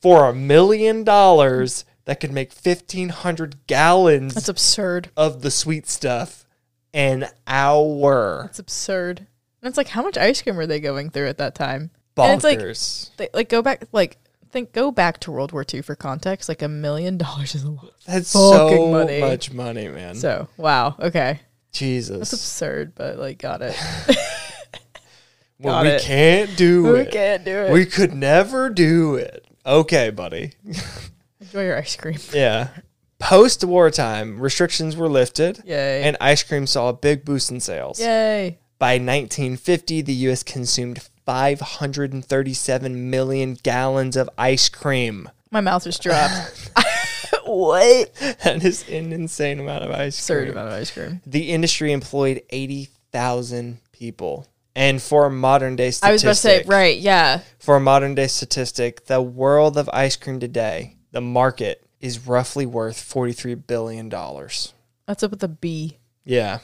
[SPEAKER 1] for a million dollars that could make 1,500 gallons
[SPEAKER 2] That's absurd.
[SPEAKER 1] of the sweet stuff an hour.
[SPEAKER 2] That's absurd. And it's like, how much ice cream were they going through at that time?
[SPEAKER 1] Bonkers.
[SPEAKER 2] And it's like, they, like go back, like think, go back to World War II for context. Like a million [LAUGHS] dollars is a lot.
[SPEAKER 1] That's so
[SPEAKER 2] fucking money.
[SPEAKER 1] much money, man.
[SPEAKER 2] So wow, okay,
[SPEAKER 1] Jesus.
[SPEAKER 2] that's absurd, but like got [LAUGHS] it.
[SPEAKER 1] Well,
[SPEAKER 2] Got
[SPEAKER 1] we
[SPEAKER 2] it.
[SPEAKER 1] can't do
[SPEAKER 2] [LAUGHS] we
[SPEAKER 1] it.
[SPEAKER 2] can't do it.
[SPEAKER 1] We could never do it. Okay,
[SPEAKER 2] [LAUGHS]
[SPEAKER 1] buddy.
[SPEAKER 2] Enjoy your ice [LAUGHS] cream.
[SPEAKER 1] Yeah. Post wartime, restrictions were lifted,
[SPEAKER 2] Yay!
[SPEAKER 1] and ice cream saw a big boost in sales.
[SPEAKER 2] Yay!
[SPEAKER 1] By 1950, the U.S. consumed 537 million gallons of ice cream. [LAUGHS]
[SPEAKER 2] My mouth just [LAUGHS] dropped. what?
[SPEAKER 1] That is an insane amount of ice
[SPEAKER 2] Absurd
[SPEAKER 1] cream.
[SPEAKER 2] amount of ice cream.
[SPEAKER 1] The industry employed 80,000 people. And for a modern day statistic,
[SPEAKER 2] I was about to say, right? Yeah.
[SPEAKER 1] For a modern day statistic, the world of ice cream today, the market, is roughly worth $43 billion.
[SPEAKER 2] That's up with the B.
[SPEAKER 1] Yeah.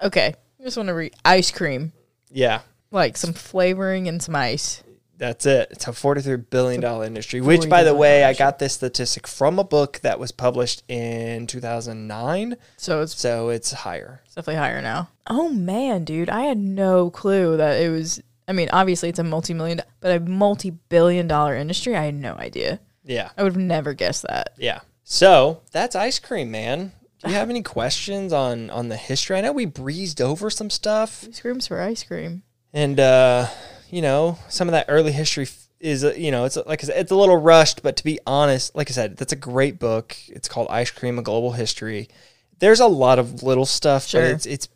[SPEAKER 2] Okay. I just want to read ice cream,
[SPEAKER 1] Yeah.
[SPEAKER 2] like some flavoring and some ice.
[SPEAKER 1] That's it. It's a $43 billion industry, which, by the way, I got this statistic from a book that was published in 2009.
[SPEAKER 2] So it's
[SPEAKER 1] So it's higher.
[SPEAKER 2] It's definitely higher now. Oh man, dude, I had no clue that it was. I mean, obviously it's a multi-million, do- but a multi-billion-dollar industry. I had no idea.
[SPEAKER 1] Yeah.
[SPEAKER 2] I would have never guessed that.
[SPEAKER 1] Yeah. So that's ice cream, man. Do you have any [LAUGHS] questions on on the history? I know we breezed over some stuff.
[SPEAKER 2] Ice cream's for ice cream.
[SPEAKER 1] and uh, you know some of that early history f- is uh, you know it's uh, like I said, it's a little rushed but to be honest like i said that's a great book it's called ice cream a global history there's a lot of little stuff
[SPEAKER 2] Sure.
[SPEAKER 1] but it's it's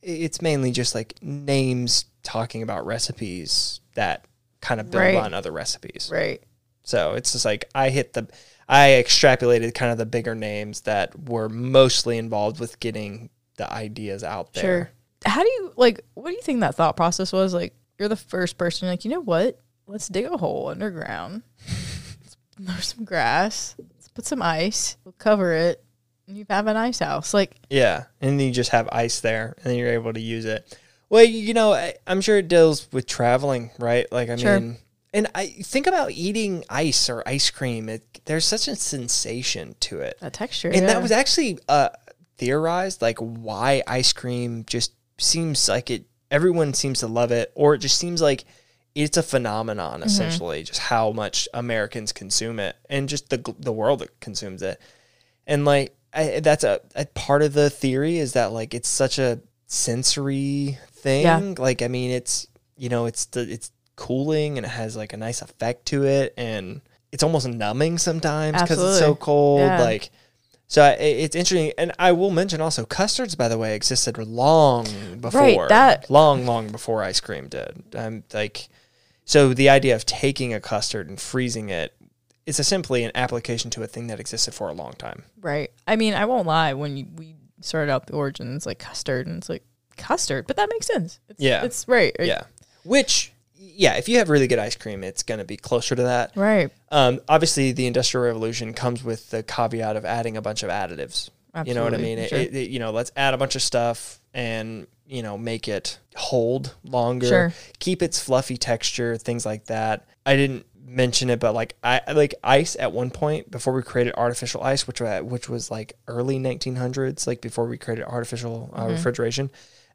[SPEAKER 1] it's mainly just like names talking about recipes that kind of build
[SPEAKER 2] Right.
[SPEAKER 1] on other recipes
[SPEAKER 2] Right.
[SPEAKER 1] so it's just like i hit the i extrapolated kind of the bigger names that were mostly involved with getting the ideas out there
[SPEAKER 2] Sure. How do you like? What do you think that thought process was? Like, you're the first person. Like, you know what? Let's dig a hole [LAUGHS] underground. Let's there's some grass. Let's put some ice. We'll cover it. And you have an ice house. Like,
[SPEAKER 1] Yeah, and then you just have ice there, and then you're able to use it. Well, you know, I, I'm sure it deals with traveling, right? Like, I
[SPEAKER 2] Sure.
[SPEAKER 1] mean, and I think about eating ice or ice cream. It, there's such a sensation to it,
[SPEAKER 2] that texture.
[SPEAKER 1] and
[SPEAKER 2] yeah.
[SPEAKER 1] that was actually uh, theorized, like why ice cream just seems like it. Everyone seems to love it, or it just seems like it's a phenomenon,
[SPEAKER 2] Mm-hmm.
[SPEAKER 1] essentially, just how much Americans consume it, and just the gl- the world that consumes it and like I, that's a, a part of the theory is that like it's such a sensory thing
[SPEAKER 2] Yeah.
[SPEAKER 1] like i mean it's you know it's the it's cooling and it has like a nice effect to it and it's almost numbing sometimes because it's so
[SPEAKER 2] Absolutely.
[SPEAKER 1] cold
[SPEAKER 2] Yeah.
[SPEAKER 1] like so I, it- it's interesting and i will mention also custards by the way existed long before
[SPEAKER 2] that-
[SPEAKER 1] long long before ice cream did i'm like so the idea of taking a custard and freezing it is a simply an application to a thing that existed for a long time
[SPEAKER 2] Right. I mean, I won't lie. When you, we started out the origins, like custard, and it's like custard, but that makes sense. It's,
[SPEAKER 1] Yeah.
[SPEAKER 2] it's right. right,
[SPEAKER 1] Yeah. Which, yeah, if you have really good ice cream, it's going to be closer to that.
[SPEAKER 2] right.
[SPEAKER 1] Um, obviously, the Industrial Revolution comes with the caveat of adding a bunch of additives. You know what I
[SPEAKER 2] Absolutely,
[SPEAKER 1] mean? It-
[SPEAKER 2] sure.
[SPEAKER 1] It, it- you know, let's add a bunch of stuff and, you know, make it hold longer,
[SPEAKER 2] Sure.
[SPEAKER 1] keep its fluffy texture, things like that. I didn't mention it, but like I like ice at one point before we created artificial ice, which wa- which was like early
[SPEAKER 2] Mm-hmm.
[SPEAKER 1] 1900s, like before we created artificial uh, refrigeration,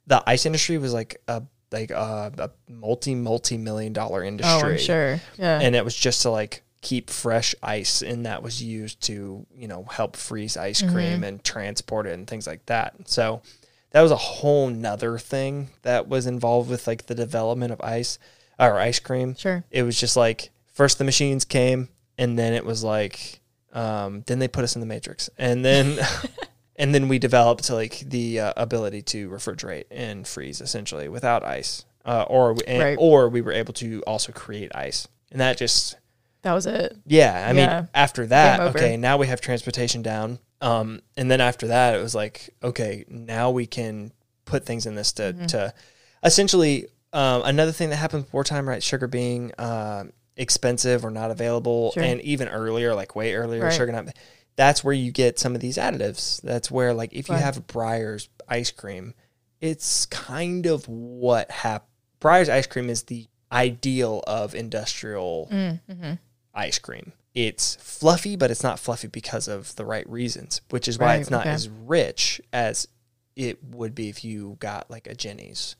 [SPEAKER 1] the ice industry was like a like uh, a multi multi million dollar industry.
[SPEAKER 2] Oh, I'm sure. Yeah.
[SPEAKER 1] and it was just to like keep fresh ice and that was used to you know help freeze ice cream and transport it and things like that so that was a whole nother thing that was involved with like the development of ice or ice cream
[SPEAKER 2] sure.
[SPEAKER 1] it was just like first the machines came and then it was like um, then they put us in the matrix and then [LAUGHS] and then we developed like the uh, ability to refrigerate and freeze essentially without ice uh, or and,
[SPEAKER 2] Right.
[SPEAKER 1] or we were able to also create ice and that just
[SPEAKER 2] That was it.
[SPEAKER 1] yeah i
[SPEAKER 2] Yeah.
[SPEAKER 1] mean after that
[SPEAKER 2] Game over.
[SPEAKER 1] okay now we have transportation down um, and then after that it was like okay now we can put things in this to,
[SPEAKER 2] Mm-hmm.
[SPEAKER 1] to essentially um, another thing that happened with wartime right sugar being um expensive or not available
[SPEAKER 2] Sure.
[SPEAKER 1] and even earlier like way earlier
[SPEAKER 2] Right.
[SPEAKER 1] sugar not that's where you get some of these additives that's where like if you
[SPEAKER 2] Right.
[SPEAKER 1] have breyer's ice cream it's kind of what hap breyer's ice cream is the ideal of industrial ice cream it's fluffy but it's not fluffy because of the right reasons which is why
[SPEAKER 2] Right,
[SPEAKER 1] it's not
[SPEAKER 2] okay.
[SPEAKER 1] as rich as it would be if you got like a jenny's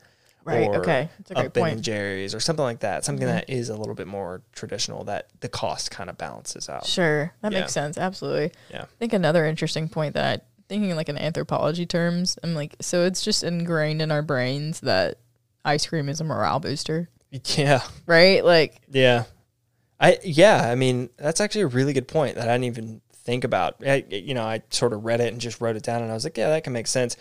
[SPEAKER 2] Right.
[SPEAKER 1] or
[SPEAKER 2] okay. That's a
[SPEAKER 1] a
[SPEAKER 2] great
[SPEAKER 1] Ben and
[SPEAKER 2] point. Mm-hmm.
[SPEAKER 1] Jerry's or something like that. Something that is a little bit more traditional that the cost kind of balances out. [LAUGHS]
[SPEAKER 2] Sure. That
[SPEAKER 1] Yeah.
[SPEAKER 2] makes sense. Absolutely.
[SPEAKER 1] Yeah.
[SPEAKER 2] I think another interesting point that I, thinking like in anthropology terms, I'm like, so it's just ingrained in our brains that ice cream is a morale booster,
[SPEAKER 1] Yeah.
[SPEAKER 2] right? Like,
[SPEAKER 1] Yeah. I yeah, I mean, that's actually a really good point that I didn't even think about. I, you know, I sort of read it and just wrote it down and I was like, yeah, that can make sense.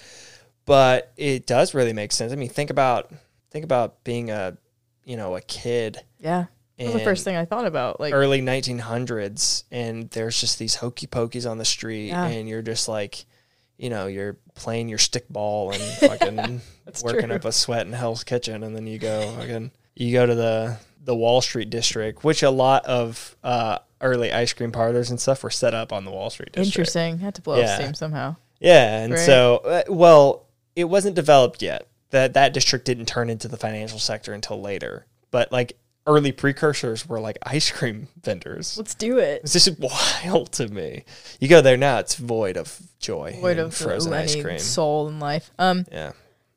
[SPEAKER 1] But it does really make sense. I mean, think about think about being a, you know, a kid
[SPEAKER 2] yeah. That was the
[SPEAKER 1] in
[SPEAKER 2] first thing I thought about. Like,
[SPEAKER 1] early 1900s and there's just these hokey pokeys on the street
[SPEAKER 2] Yeah.
[SPEAKER 1] and you're just like, you know, you're playing your stick ball
[SPEAKER 2] [LAUGHS]
[SPEAKER 1] and fucking
[SPEAKER 2] That's
[SPEAKER 1] working
[SPEAKER 2] true.
[SPEAKER 1] up a sweat in Hell's Kitchen, and then you go again. You go to the the Wall Street district, which a lot of uh, early ice cream parlors and stuff were set up on the Wall Street district.
[SPEAKER 2] interesting. Had to blow
[SPEAKER 1] Yeah.
[SPEAKER 2] up steam somehow.
[SPEAKER 1] Yeah, and
[SPEAKER 2] Right.
[SPEAKER 1] so uh, well, it wasn't developed yet. That that district didn't turn into the financial sector until later. But like early precursors were like ice cream [LAUGHS] vendors.
[SPEAKER 2] Let's do it.
[SPEAKER 1] It's just [LAUGHS] wild to me. You go there now, it's void of joy,
[SPEAKER 2] Void
[SPEAKER 1] and
[SPEAKER 2] of
[SPEAKER 1] frozen ice
[SPEAKER 2] any
[SPEAKER 1] cream.
[SPEAKER 2] soul in life. Um,
[SPEAKER 1] yeah,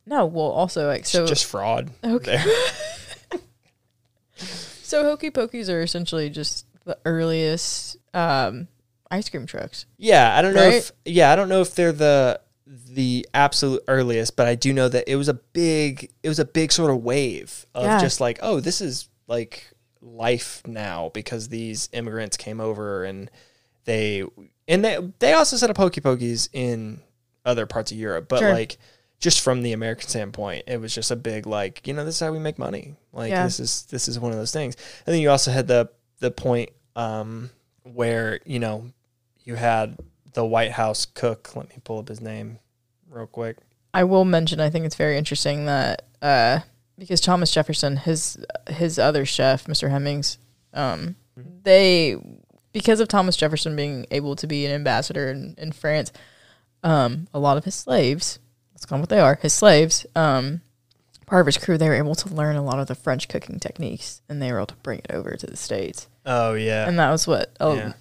[SPEAKER 2] no. Well, also like so.
[SPEAKER 1] just fraud.
[SPEAKER 2] Okay.
[SPEAKER 1] there.
[SPEAKER 2] So hokey pokeys are essentially just the earliest um, ice cream trucks.
[SPEAKER 1] Yeah, I don't know
[SPEAKER 2] Right?
[SPEAKER 1] if yeah, I don't know if they're the the absolute earliest, but I do know that it was a big it was a big sort of wave of
[SPEAKER 2] Yeah.
[SPEAKER 1] just like, oh, this is like life now because these immigrants came over and they and they they also set up hokey pokies in other parts of Europe, but
[SPEAKER 2] Sure.
[SPEAKER 1] like just from the American standpoint, it was just a big like, you know, this is how we make money. Like
[SPEAKER 2] Yeah.
[SPEAKER 1] this is this is one of those things. And then you also had the the point um where, you know, you had the White House cook. Let me pull up his name real quick.
[SPEAKER 2] I will mention. I think it's very interesting that uh, because Thomas Jefferson, his his other chef, Mr. Hemmings, um, they because of Thomas Jefferson being able to be an ambassador in, in France, um, a lot of his slaves, let's call them what they are, his slaves, um, part of his crew, they were able to learn a lot of the French cooking techniques, and they were able to bring it over to the states.
[SPEAKER 1] Oh yeah.
[SPEAKER 2] and that was what oh,
[SPEAKER 1] Yeah.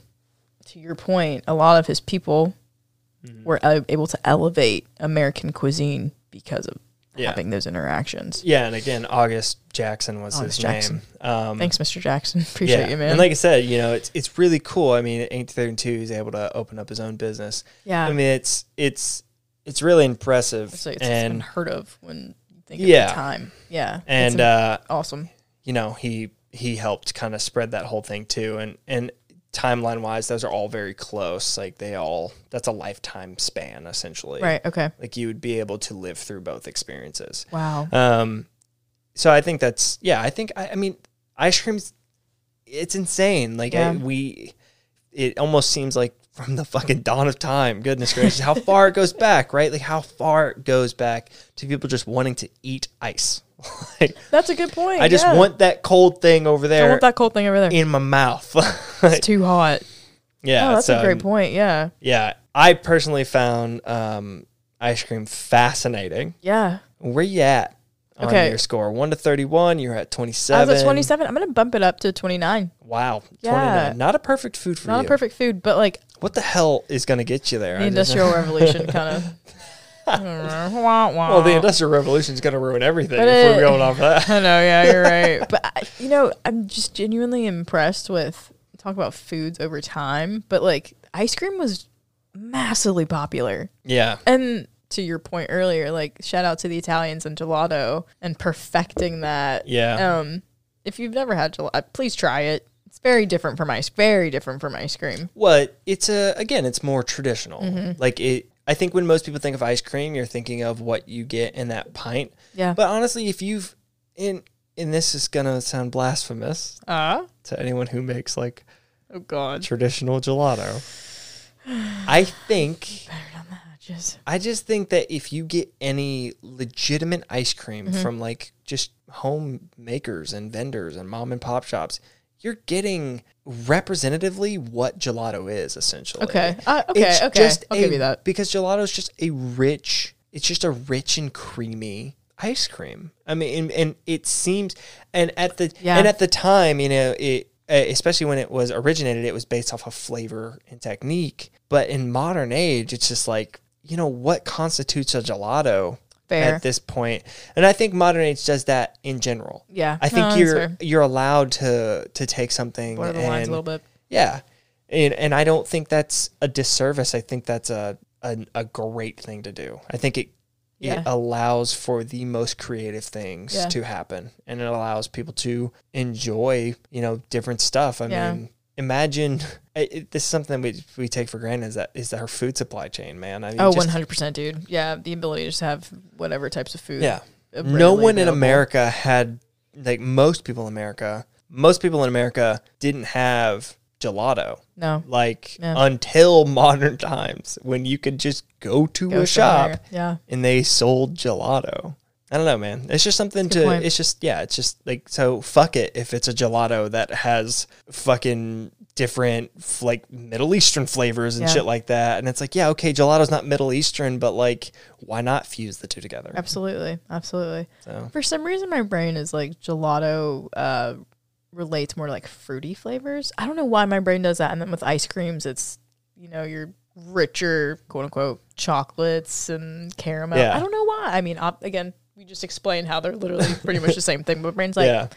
[SPEAKER 2] to your point a lot of his people
[SPEAKER 1] Mm-hmm.
[SPEAKER 2] were uh, able to elevate american cuisine because of
[SPEAKER 1] Yeah. Mm-hmm.
[SPEAKER 2] having those interactions
[SPEAKER 1] yeah, and again, August Jackson was
[SPEAKER 2] August
[SPEAKER 1] his
[SPEAKER 2] Jackson.
[SPEAKER 1] name. Um
[SPEAKER 2] thanks mr jackson [LAUGHS] appreciate you man
[SPEAKER 1] And like I said, you know, it's it's really cool. I mean, at 1832 he's able to open up his own business.
[SPEAKER 2] yeah
[SPEAKER 1] I mean, it's it's it's really impressive.
[SPEAKER 2] so it's just
[SPEAKER 1] and
[SPEAKER 2] unheard of when you think of
[SPEAKER 1] Yeah.
[SPEAKER 2] the time yeah It's
[SPEAKER 1] and
[SPEAKER 2] an-
[SPEAKER 1] uh,
[SPEAKER 2] awesome
[SPEAKER 1] you know, he he helped kind of spread that whole thing too. And and timeline wise, those are all very close. Like they all that's a lifetime span essentially.
[SPEAKER 2] right okay
[SPEAKER 1] Like you would be able to live through both experiences.
[SPEAKER 2] wow
[SPEAKER 1] Um, so I think that's yeah. I think I, I mean ice cream's it's insane. Like
[SPEAKER 2] Yeah.
[SPEAKER 1] I, we, it almost seems like from the fucking dawn of time. Goodness gracious, how far it goes back, right? Like how far it goes back to people just wanting to eat ice. [LAUGHS] like,
[SPEAKER 2] that's a good point
[SPEAKER 1] I just
[SPEAKER 2] yeah.
[SPEAKER 1] want that cold thing over
[SPEAKER 2] I
[SPEAKER 1] there
[SPEAKER 2] want that cold thing over there
[SPEAKER 1] in my mouth. [LAUGHS]
[SPEAKER 2] it's too hot
[SPEAKER 1] yeah,
[SPEAKER 2] oh that's
[SPEAKER 1] so,
[SPEAKER 2] a great point yeah
[SPEAKER 1] Yeah, I personally found um, ice cream fascinating.
[SPEAKER 2] yeah
[SPEAKER 1] Where you at on
[SPEAKER 2] Okay.
[SPEAKER 1] your score? One to thirty-one. You're at
[SPEAKER 2] I
[SPEAKER 1] twenty-seven.
[SPEAKER 2] was at 27. I'm going to bump it up to 29.
[SPEAKER 1] Wow,
[SPEAKER 2] Yeah.
[SPEAKER 1] 29. Not a perfect food for
[SPEAKER 2] Not
[SPEAKER 1] you.
[SPEAKER 2] a perfect food, but like
[SPEAKER 1] what the hell is going to get you there?
[SPEAKER 2] [LAUGHS] the
[SPEAKER 1] I just-
[SPEAKER 2] [LAUGHS] Industrial Revolution kind of Wah,
[SPEAKER 1] [LAUGHS]
[SPEAKER 2] wah.
[SPEAKER 1] Well, the Industrial Revolution is going to ruin everything
[SPEAKER 2] But
[SPEAKER 1] if
[SPEAKER 2] it-
[SPEAKER 1] we're going off that. [LAUGHS]
[SPEAKER 2] I know, yeah, you're right. [LAUGHS] But I- you know, I'm just genuinely impressed with talk about foods over time, but like ice cream was massively popular.
[SPEAKER 1] Yeah.
[SPEAKER 2] And to your point earlier, like shout out to the Italians and gelato and perfecting that.
[SPEAKER 1] Yeah.
[SPEAKER 2] Um, if you've never had gelato, please try it. It's very different from ice. Very different from ice cream.
[SPEAKER 1] Well, it's a again, it's more traditional.
[SPEAKER 2] Mm-hmm.
[SPEAKER 1] Like it I think when most people think of ice cream, you're thinking of what you get in that pint.
[SPEAKER 2] Yeah.
[SPEAKER 1] But honestly, if you've in and this is gonna sound blasphemous
[SPEAKER 2] Ah.
[SPEAKER 1] to anyone who makes like
[SPEAKER 2] oh God.
[SPEAKER 1] traditional gelato. I think
[SPEAKER 2] Just
[SPEAKER 1] I just think that if you get any legitimate ice cream
[SPEAKER 2] Mm-hmm.
[SPEAKER 1] from like just home makers and vendors and mom and pop shops, you're getting representatively what gelato is essentially.
[SPEAKER 2] okay. Uh, okay.
[SPEAKER 1] It's
[SPEAKER 2] okay.
[SPEAKER 1] just
[SPEAKER 2] I'll
[SPEAKER 1] a-
[SPEAKER 2] give you that.
[SPEAKER 1] because gelato is just a rich. It's just a rich and creamy ice cream. I mean, and, and it seems, and at the
[SPEAKER 2] Yeah.
[SPEAKER 1] and at the time, you know, it uh, especially when it was originated, it was based off of flavor and technique. But in modern age, it's just like you know what constitutes a gelato
[SPEAKER 2] Fair.
[SPEAKER 1] at this point, and I think modern age does that in general.
[SPEAKER 2] Yeah.
[SPEAKER 1] I think
[SPEAKER 2] No, that's
[SPEAKER 1] you're
[SPEAKER 2] fair.
[SPEAKER 1] you're allowed to to take something
[SPEAKER 2] Blur the lines
[SPEAKER 1] and-
[SPEAKER 2] a little bit.
[SPEAKER 1] yeah. And, and I don't think that's a disservice. I think that's a, a, a great thing to do. I think it,
[SPEAKER 2] Yeah.
[SPEAKER 1] it allows for the most creative things
[SPEAKER 2] Yeah.
[SPEAKER 1] to happen and it allows people to enjoy, you know, different stuff. I
[SPEAKER 2] Yeah.
[SPEAKER 1] mean, imagine [LAUGHS] it, it- this is something we, we take for granted is that is our food supply chain, man. I mean,
[SPEAKER 2] Oh,
[SPEAKER 1] just-
[SPEAKER 2] 100%, dude. Yeah, the ability to just have whatever types of food.
[SPEAKER 1] Yeah.
[SPEAKER 2] uh,
[SPEAKER 1] No
[SPEAKER 2] readily
[SPEAKER 1] one in
[SPEAKER 2] available.
[SPEAKER 1] America had like most people in America, most people in America didn't have gelato.
[SPEAKER 2] No.
[SPEAKER 1] like
[SPEAKER 2] Yeah.
[SPEAKER 1] until modern times when you could just go to
[SPEAKER 2] Go
[SPEAKER 1] a shop
[SPEAKER 2] somewhere. Yeah.
[SPEAKER 1] and they sold gelato. I don't know, man. It's just something
[SPEAKER 2] Good
[SPEAKER 1] to.
[SPEAKER 2] point.
[SPEAKER 1] It's just yeah. It's just like so. Fuck it if it's a gelato that has fucking different f- like Middle Eastern flavors and
[SPEAKER 2] Yeah.
[SPEAKER 1] shit like that. And it's like yeah, okay, gelato's not Middle Eastern, but like why not fuse the two together?
[SPEAKER 2] Absolutely. Absolutely.
[SPEAKER 1] So
[SPEAKER 2] For some reason, my brain is like gelato uh, relates more to like fruity flavors. I don't know why my brain does that. And then with ice creams, it's, you know, your richer, quote unquote, chocolates and caramel.
[SPEAKER 1] Yeah.
[SPEAKER 2] I don't know why. I mean, ob- again, we just explained how they're
[SPEAKER 1] [LAUGHS]
[SPEAKER 2] literally pretty much the same thing. But my brain's like,
[SPEAKER 1] yeah.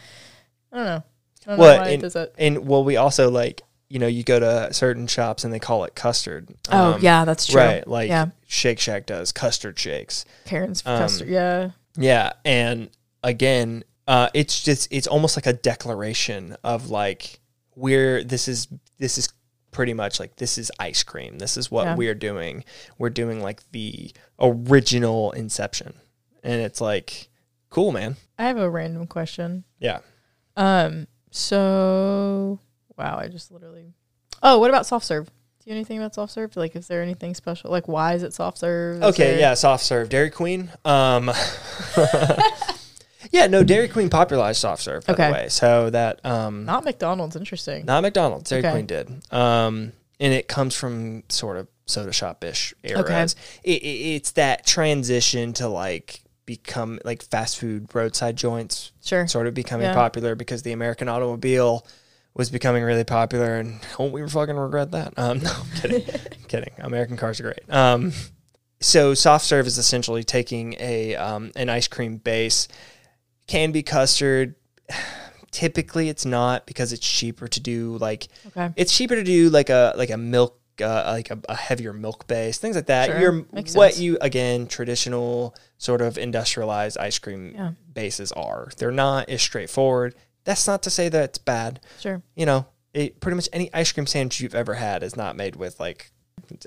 [SPEAKER 2] I don't know. I don't
[SPEAKER 1] Well,
[SPEAKER 2] know why it
[SPEAKER 1] and,
[SPEAKER 2] does that.
[SPEAKER 1] and well, we also like you know you go to certain shops and they call it custard.
[SPEAKER 2] Oh,
[SPEAKER 1] Um,
[SPEAKER 2] yeah, that's true.
[SPEAKER 1] Right, like
[SPEAKER 2] yeah.
[SPEAKER 1] Shake Shack does custard shakes.
[SPEAKER 2] Karen's
[SPEAKER 1] um,
[SPEAKER 2] custard. Yeah.
[SPEAKER 1] Yeah, and again, uh, it's just it's almost like a declaration of like we're this is this is pretty much like this is ice cream. This is what
[SPEAKER 2] Yeah.
[SPEAKER 1] we're doing. We're doing like the original inception, and it's like cool, man.
[SPEAKER 2] I have a random question.
[SPEAKER 1] Yeah.
[SPEAKER 2] Um. So, wow, I just literally. Oh, what about soft serve? Do you know anything about soft serve? Like, is there anything special? Like, why is it soft serve? Is
[SPEAKER 1] Okay,
[SPEAKER 2] there-
[SPEAKER 1] yeah, soft serve Dairy Queen. Um, [LAUGHS] yeah, no, Dairy Queen popularized soft serve. By
[SPEAKER 2] Okay.
[SPEAKER 1] the way, so that um,
[SPEAKER 2] Not McDonald's. Interesting.
[SPEAKER 1] Not McDonald's. Dairy
[SPEAKER 2] Okay.
[SPEAKER 1] Queen did. Um, and it comes from sort of soda shop ish eras. It, it, it's that transition to like become like fast food roadside joints
[SPEAKER 2] sure.
[SPEAKER 1] sort of becoming
[SPEAKER 2] Yeah.
[SPEAKER 1] popular because the American automobile was becoming really popular and won't we fucking regret that? Um, [LAUGHS] no, I'm
[SPEAKER 2] [LAUGHS]
[SPEAKER 1] kidding. I'm kidding. American cars are great. Um, so soft serve is essentially taking a um, an ice cream base, can be custard. [SIGHS] Typically, it's not because it's cheaper to do like
[SPEAKER 2] Okay.
[SPEAKER 1] it's cheaper to do like a like a milk uh, like a, a heavier milk base things like that
[SPEAKER 2] Sure.
[SPEAKER 1] your
[SPEAKER 2] Makes
[SPEAKER 1] what
[SPEAKER 2] sense.
[SPEAKER 1] you again traditional sort of industrialized ice cream
[SPEAKER 2] Yeah.
[SPEAKER 1] bases are they're not as straightforward that's not to say that it's bad
[SPEAKER 2] Sure.
[SPEAKER 1] you know it, pretty much any ice cream sandwich you've ever had is not made with like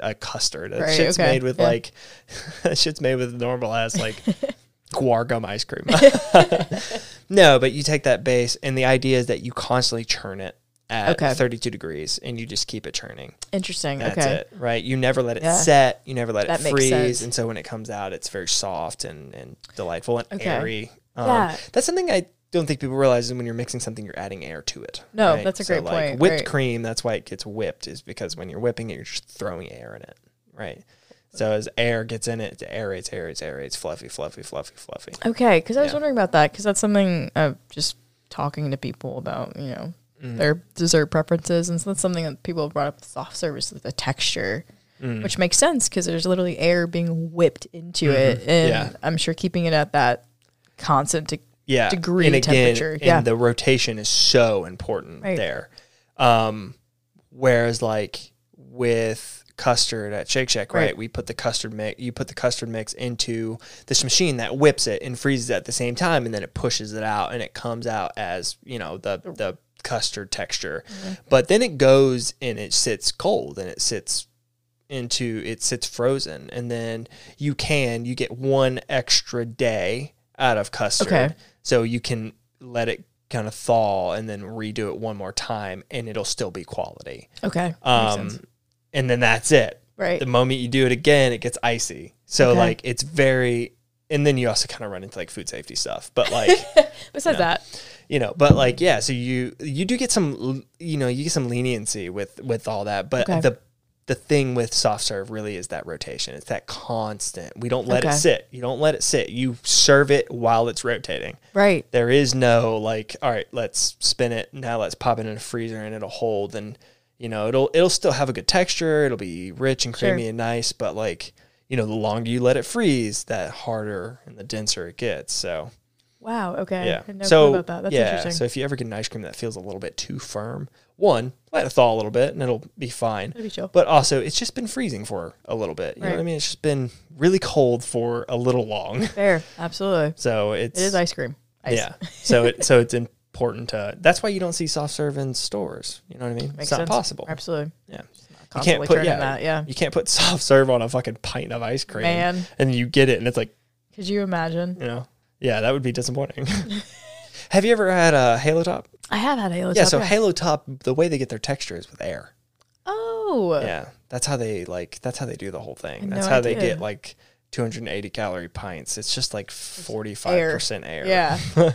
[SPEAKER 1] a custard that
[SPEAKER 2] Right,
[SPEAKER 1] shit's
[SPEAKER 2] okay,
[SPEAKER 1] made with
[SPEAKER 2] yeah.
[SPEAKER 1] like [LAUGHS] that shit's made with normal ass
[SPEAKER 2] [LAUGHS]
[SPEAKER 1] like guar gum ice cream [LAUGHS] no but you take that base and the idea is that you constantly churn it at
[SPEAKER 2] Okay.
[SPEAKER 1] 32 degrees and you just keep it churning
[SPEAKER 2] Interesting.
[SPEAKER 1] that's
[SPEAKER 2] okay.
[SPEAKER 1] it right you never let it
[SPEAKER 2] Yeah.
[SPEAKER 1] set you never let
[SPEAKER 2] That
[SPEAKER 1] it
[SPEAKER 2] makes sense.
[SPEAKER 1] freeze and so when it comes out it's very soft and and delightful and
[SPEAKER 2] Okay.
[SPEAKER 1] airy um,
[SPEAKER 2] Yeah.
[SPEAKER 1] that's something i don't think people realize is when you're mixing something you're adding air to it
[SPEAKER 2] No, that's a great
[SPEAKER 1] like
[SPEAKER 2] point,
[SPEAKER 1] whipped
[SPEAKER 2] right.
[SPEAKER 1] cream that's why it gets whipped is because when you're whipping it you're just throwing air in it right so as air gets in it, it aerates, aerates, aerates, fluffy, fluffy, fluffy, fluffy.
[SPEAKER 2] Okay, because I was
[SPEAKER 1] Yeah.
[SPEAKER 2] wondering about that because that's something of just talking to people about, you
[SPEAKER 1] Mm.
[SPEAKER 2] know, their dessert preferences, and so that's something that people have brought up. Soft serve is the texture,
[SPEAKER 1] Mm.
[SPEAKER 2] which makes sense because there's literally air being whipped into it, and
[SPEAKER 1] Mm-hmm. Yeah.
[SPEAKER 2] I'm sure keeping it at that constant de-
[SPEAKER 1] yeah
[SPEAKER 2] degree
[SPEAKER 1] and again,
[SPEAKER 2] temperature.
[SPEAKER 1] and
[SPEAKER 2] Yeah.
[SPEAKER 1] the rotation is so important
[SPEAKER 2] Right.
[SPEAKER 1] there um whereas like with custard at shake shack right,
[SPEAKER 2] Right.
[SPEAKER 1] we put the custard mix you put the custard mix into this machine that whips it and freezes it at the same time and then it pushes it out and it comes out as you know the the custard texture
[SPEAKER 2] Mm-hmm.
[SPEAKER 1] but then it goes and it sits cold and it sits into it sits frozen and then you can you get one extra day out of custard
[SPEAKER 2] Okay.
[SPEAKER 1] so you can let it kind of thaw and then redo it one more time and it'll still be quality
[SPEAKER 2] okay,
[SPEAKER 1] um and then that's it
[SPEAKER 2] right?
[SPEAKER 1] the moment you do it again it gets icy so
[SPEAKER 2] Okay.
[SPEAKER 1] like it's very and then you also kind of run into like food safety stuff but like
[SPEAKER 2] Besides that,
[SPEAKER 1] you know but like yeah so you you do get some l- you know you get some leniency with with all that but
[SPEAKER 2] Okay.
[SPEAKER 1] the the thing with soft serve really is that rotation it's that constant we don't let it
[SPEAKER 2] Okay.
[SPEAKER 1] sit you don't let it sit you serve it while it's rotating
[SPEAKER 2] right?
[SPEAKER 1] there is no like all right let's spin it now let's pop it in a freezer and it'll hold and you know it'll it'll still have a good texture it'll be rich and creamy
[SPEAKER 2] Sure.
[SPEAKER 1] and nice but like you know the longer you let it freeze that harder and the denser it gets so
[SPEAKER 2] Wow. Okay. I
[SPEAKER 1] yeah.
[SPEAKER 2] had no
[SPEAKER 1] so
[SPEAKER 2] clue about that. That's
[SPEAKER 1] yeah.
[SPEAKER 2] interesting.
[SPEAKER 1] So if you ever get an ice cream that feels a little bit too firm, one, let it thaw a little bit and it'll be fine.
[SPEAKER 2] That'd be chill.
[SPEAKER 1] But also, it's just been freezing for a little bit. You know
[SPEAKER 2] Right.
[SPEAKER 1] what I mean? It's just been really cold for a little long. [LAUGHS]
[SPEAKER 2] Fair. Absolutely.
[SPEAKER 1] So it's
[SPEAKER 2] It is ice cream. Ice.
[SPEAKER 1] yeah. so it so it's important to. That's why you don't see soft serve in stores. You know what I mean?
[SPEAKER 2] Makes
[SPEAKER 1] it's not
[SPEAKER 2] sense.
[SPEAKER 1] possible.
[SPEAKER 2] Absolutely.
[SPEAKER 1] Yeah. You can't
[SPEAKER 2] Constantly
[SPEAKER 1] put
[SPEAKER 2] turning
[SPEAKER 1] yeah,
[SPEAKER 2] that. Yeah.
[SPEAKER 1] You can't put [LAUGHS] soft serve on a fucking pint of ice cream.
[SPEAKER 2] Man.
[SPEAKER 1] And you get it, and it's like
[SPEAKER 2] Could you imagine?
[SPEAKER 1] you know, yeah, that would be
[SPEAKER 2] [LAUGHS]
[SPEAKER 1] disappointing. Have you ever had a Halo Top?
[SPEAKER 2] I have had Halo
[SPEAKER 1] yeah,
[SPEAKER 2] Top,
[SPEAKER 1] so Halo Top, the way they get their texture is with air.
[SPEAKER 2] Oh.
[SPEAKER 1] yeah, that's how they like. That's how they do the whole thing.
[SPEAKER 2] had
[SPEAKER 1] That's
[SPEAKER 2] no
[SPEAKER 1] how they
[SPEAKER 2] idea.
[SPEAKER 1] get like 280 calorie pints. It's just like 45 percent air.
[SPEAKER 2] Yeah.
[SPEAKER 1] [LAUGHS]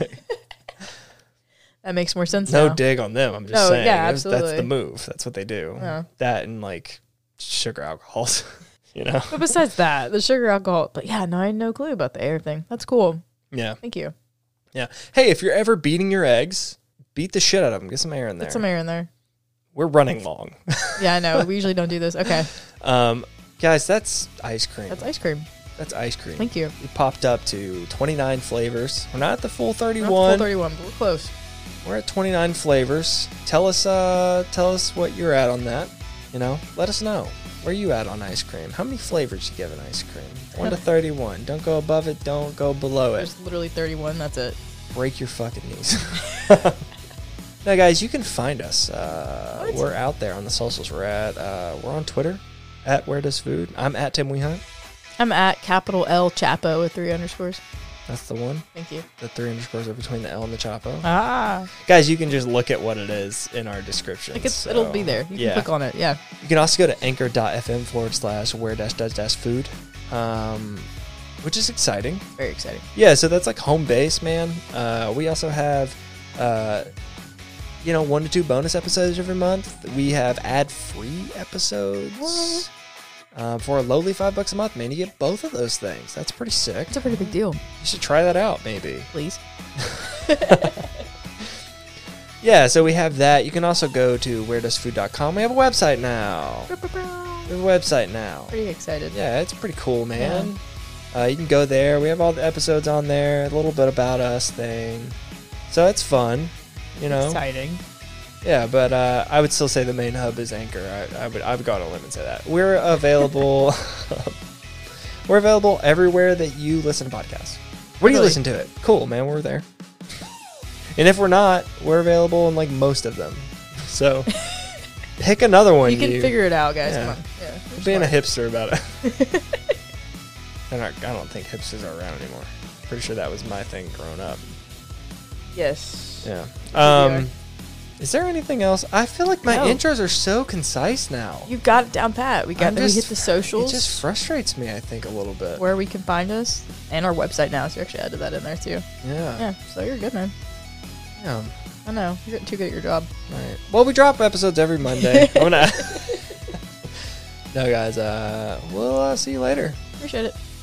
[SPEAKER 2] that makes more sense
[SPEAKER 1] no
[SPEAKER 2] now.
[SPEAKER 1] dig on them. I'm just
[SPEAKER 2] No,
[SPEAKER 1] saying.
[SPEAKER 2] yeah,
[SPEAKER 1] That's- that's the
[SPEAKER 2] absolutely.
[SPEAKER 1] move. That's what they do.
[SPEAKER 2] Yeah.
[SPEAKER 1] That and like sugar alcohols. [LAUGHS] you
[SPEAKER 2] [LAUGHS]
[SPEAKER 1] know.
[SPEAKER 2] but besides that, the sugar alcohol. But yeah, no, I had no clue about the air thing. That's cool.
[SPEAKER 1] Yeah.
[SPEAKER 2] Thank you.
[SPEAKER 1] Yeah. Hey, if you're ever beating your eggs, beat the shit out of them. Get some air in there.
[SPEAKER 2] Put some air in there.
[SPEAKER 1] We're running long.
[SPEAKER 2] Yeah, I know. we usually don't do this. Okay.
[SPEAKER 1] [LAUGHS] Um, guys, that's ice cream.
[SPEAKER 2] That's ice cream.
[SPEAKER 1] That's ice cream.
[SPEAKER 2] Thank you.
[SPEAKER 1] We popped up to 29 flavors. We're not at the full
[SPEAKER 2] Not
[SPEAKER 1] 31.
[SPEAKER 2] the full 31, but we're close.
[SPEAKER 1] We're at 29 flavors. Tell us, uh, tell us what you're at on that. You know, let us know where you at on ice cream. How many flavors you give an ice cream? One
[SPEAKER 2] [LAUGHS]
[SPEAKER 1] to 31. Don't go above it. Don't go below it.
[SPEAKER 2] There's literally 31. That's it.
[SPEAKER 1] Break your fucking
[SPEAKER 2] [LAUGHS]
[SPEAKER 1] knees. [LAUGHS] now, guys, you can find us. Uh,
[SPEAKER 2] What?
[SPEAKER 1] we're out there on the socials. We're at, uh, we're on Twitter at Where Does Food. I'm at Tim Weehunt.
[SPEAKER 2] I'm at capital L Chapo with three underscores.
[SPEAKER 1] That's the one.
[SPEAKER 2] Thank you.
[SPEAKER 1] The three underscores are between the L and the Chapo.
[SPEAKER 2] Ah,
[SPEAKER 1] Guys, you can just look at what it is in our description.
[SPEAKER 2] like it's, it'll be there. You
[SPEAKER 1] yeah.
[SPEAKER 2] can click on it. Yeah.
[SPEAKER 1] You can also go to anchor.fm forward slash where dash does dash food, um, which is exciting.
[SPEAKER 2] Very exciting.
[SPEAKER 1] Yeah, so that's like home base, man. Uh, we also have, uh, you know, one to two bonus episodes every month. We have ad free episodes.
[SPEAKER 2] What?
[SPEAKER 1] Uh, for a lowly five bucks a month, man, you get both of those things. That's pretty sick.
[SPEAKER 2] It's a pretty big deal.
[SPEAKER 1] You should try that out, maybe.
[SPEAKER 2] Please.
[SPEAKER 1] Yeah, so we have that. You can also go to wheredoesfood.com. We have a website now. We have a website now.
[SPEAKER 2] Pretty excited.
[SPEAKER 1] Yeah, it's pretty cool, man. Uh, you can go there. We have all the episodes on there, a little bit about us thing. So it's fun, you know.
[SPEAKER 2] Exciting.
[SPEAKER 1] Yeah, but uh, I would still say the main hub is Anchor. I, I would I would go on a limb and say that. We're [LAUGHS] available. we're available everywhere that you listen to podcasts. Where do you
[SPEAKER 2] Really?
[SPEAKER 1] listen to it? Cool, man. We're there. And if we're not, we're available in like most of them. [LAUGHS] So pick another one.
[SPEAKER 2] You can figure it out, guys.
[SPEAKER 1] Yeah.
[SPEAKER 2] Come on. Yeah. we're
[SPEAKER 1] being a
[SPEAKER 2] smart.
[SPEAKER 1] hipster about it.
[SPEAKER 2] [LAUGHS]
[SPEAKER 1] They're not, I don't think hipsters are around anymore. Pretty sure that was my thing growing up.
[SPEAKER 2] Yes.
[SPEAKER 1] Yeah.
[SPEAKER 2] are.
[SPEAKER 1] Um, is there anything else? I feel like my
[SPEAKER 2] No.
[SPEAKER 1] intros are so concise now.
[SPEAKER 2] You got it down pat. We got
[SPEAKER 1] I'm
[SPEAKER 2] we hit
[SPEAKER 1] just-
[SPEAKER 2] the socials
[SPEAKER 1] It just frustrates me, I think, a little bit.
[SPEAKER 2] where we can find us and our website now. So we actually added that in there too.
[SPEAKER 1] Yeah.
[SPEAKER 2] Yeah. So you're good, man.
[SPEAKER 1] Yeah.
[SPEAKER 2] I know you're getting too good at your job.
[SPEAKER 1] Right. Well, we drop episodes every
[SPEAKER 2] [LAUGHS]
[SPEAKER 1] Monday. [LAUGHS] I'm gonna. no, guys. Uh, we'll uh, see you later.
[SPEAKER 2] Appreciate it.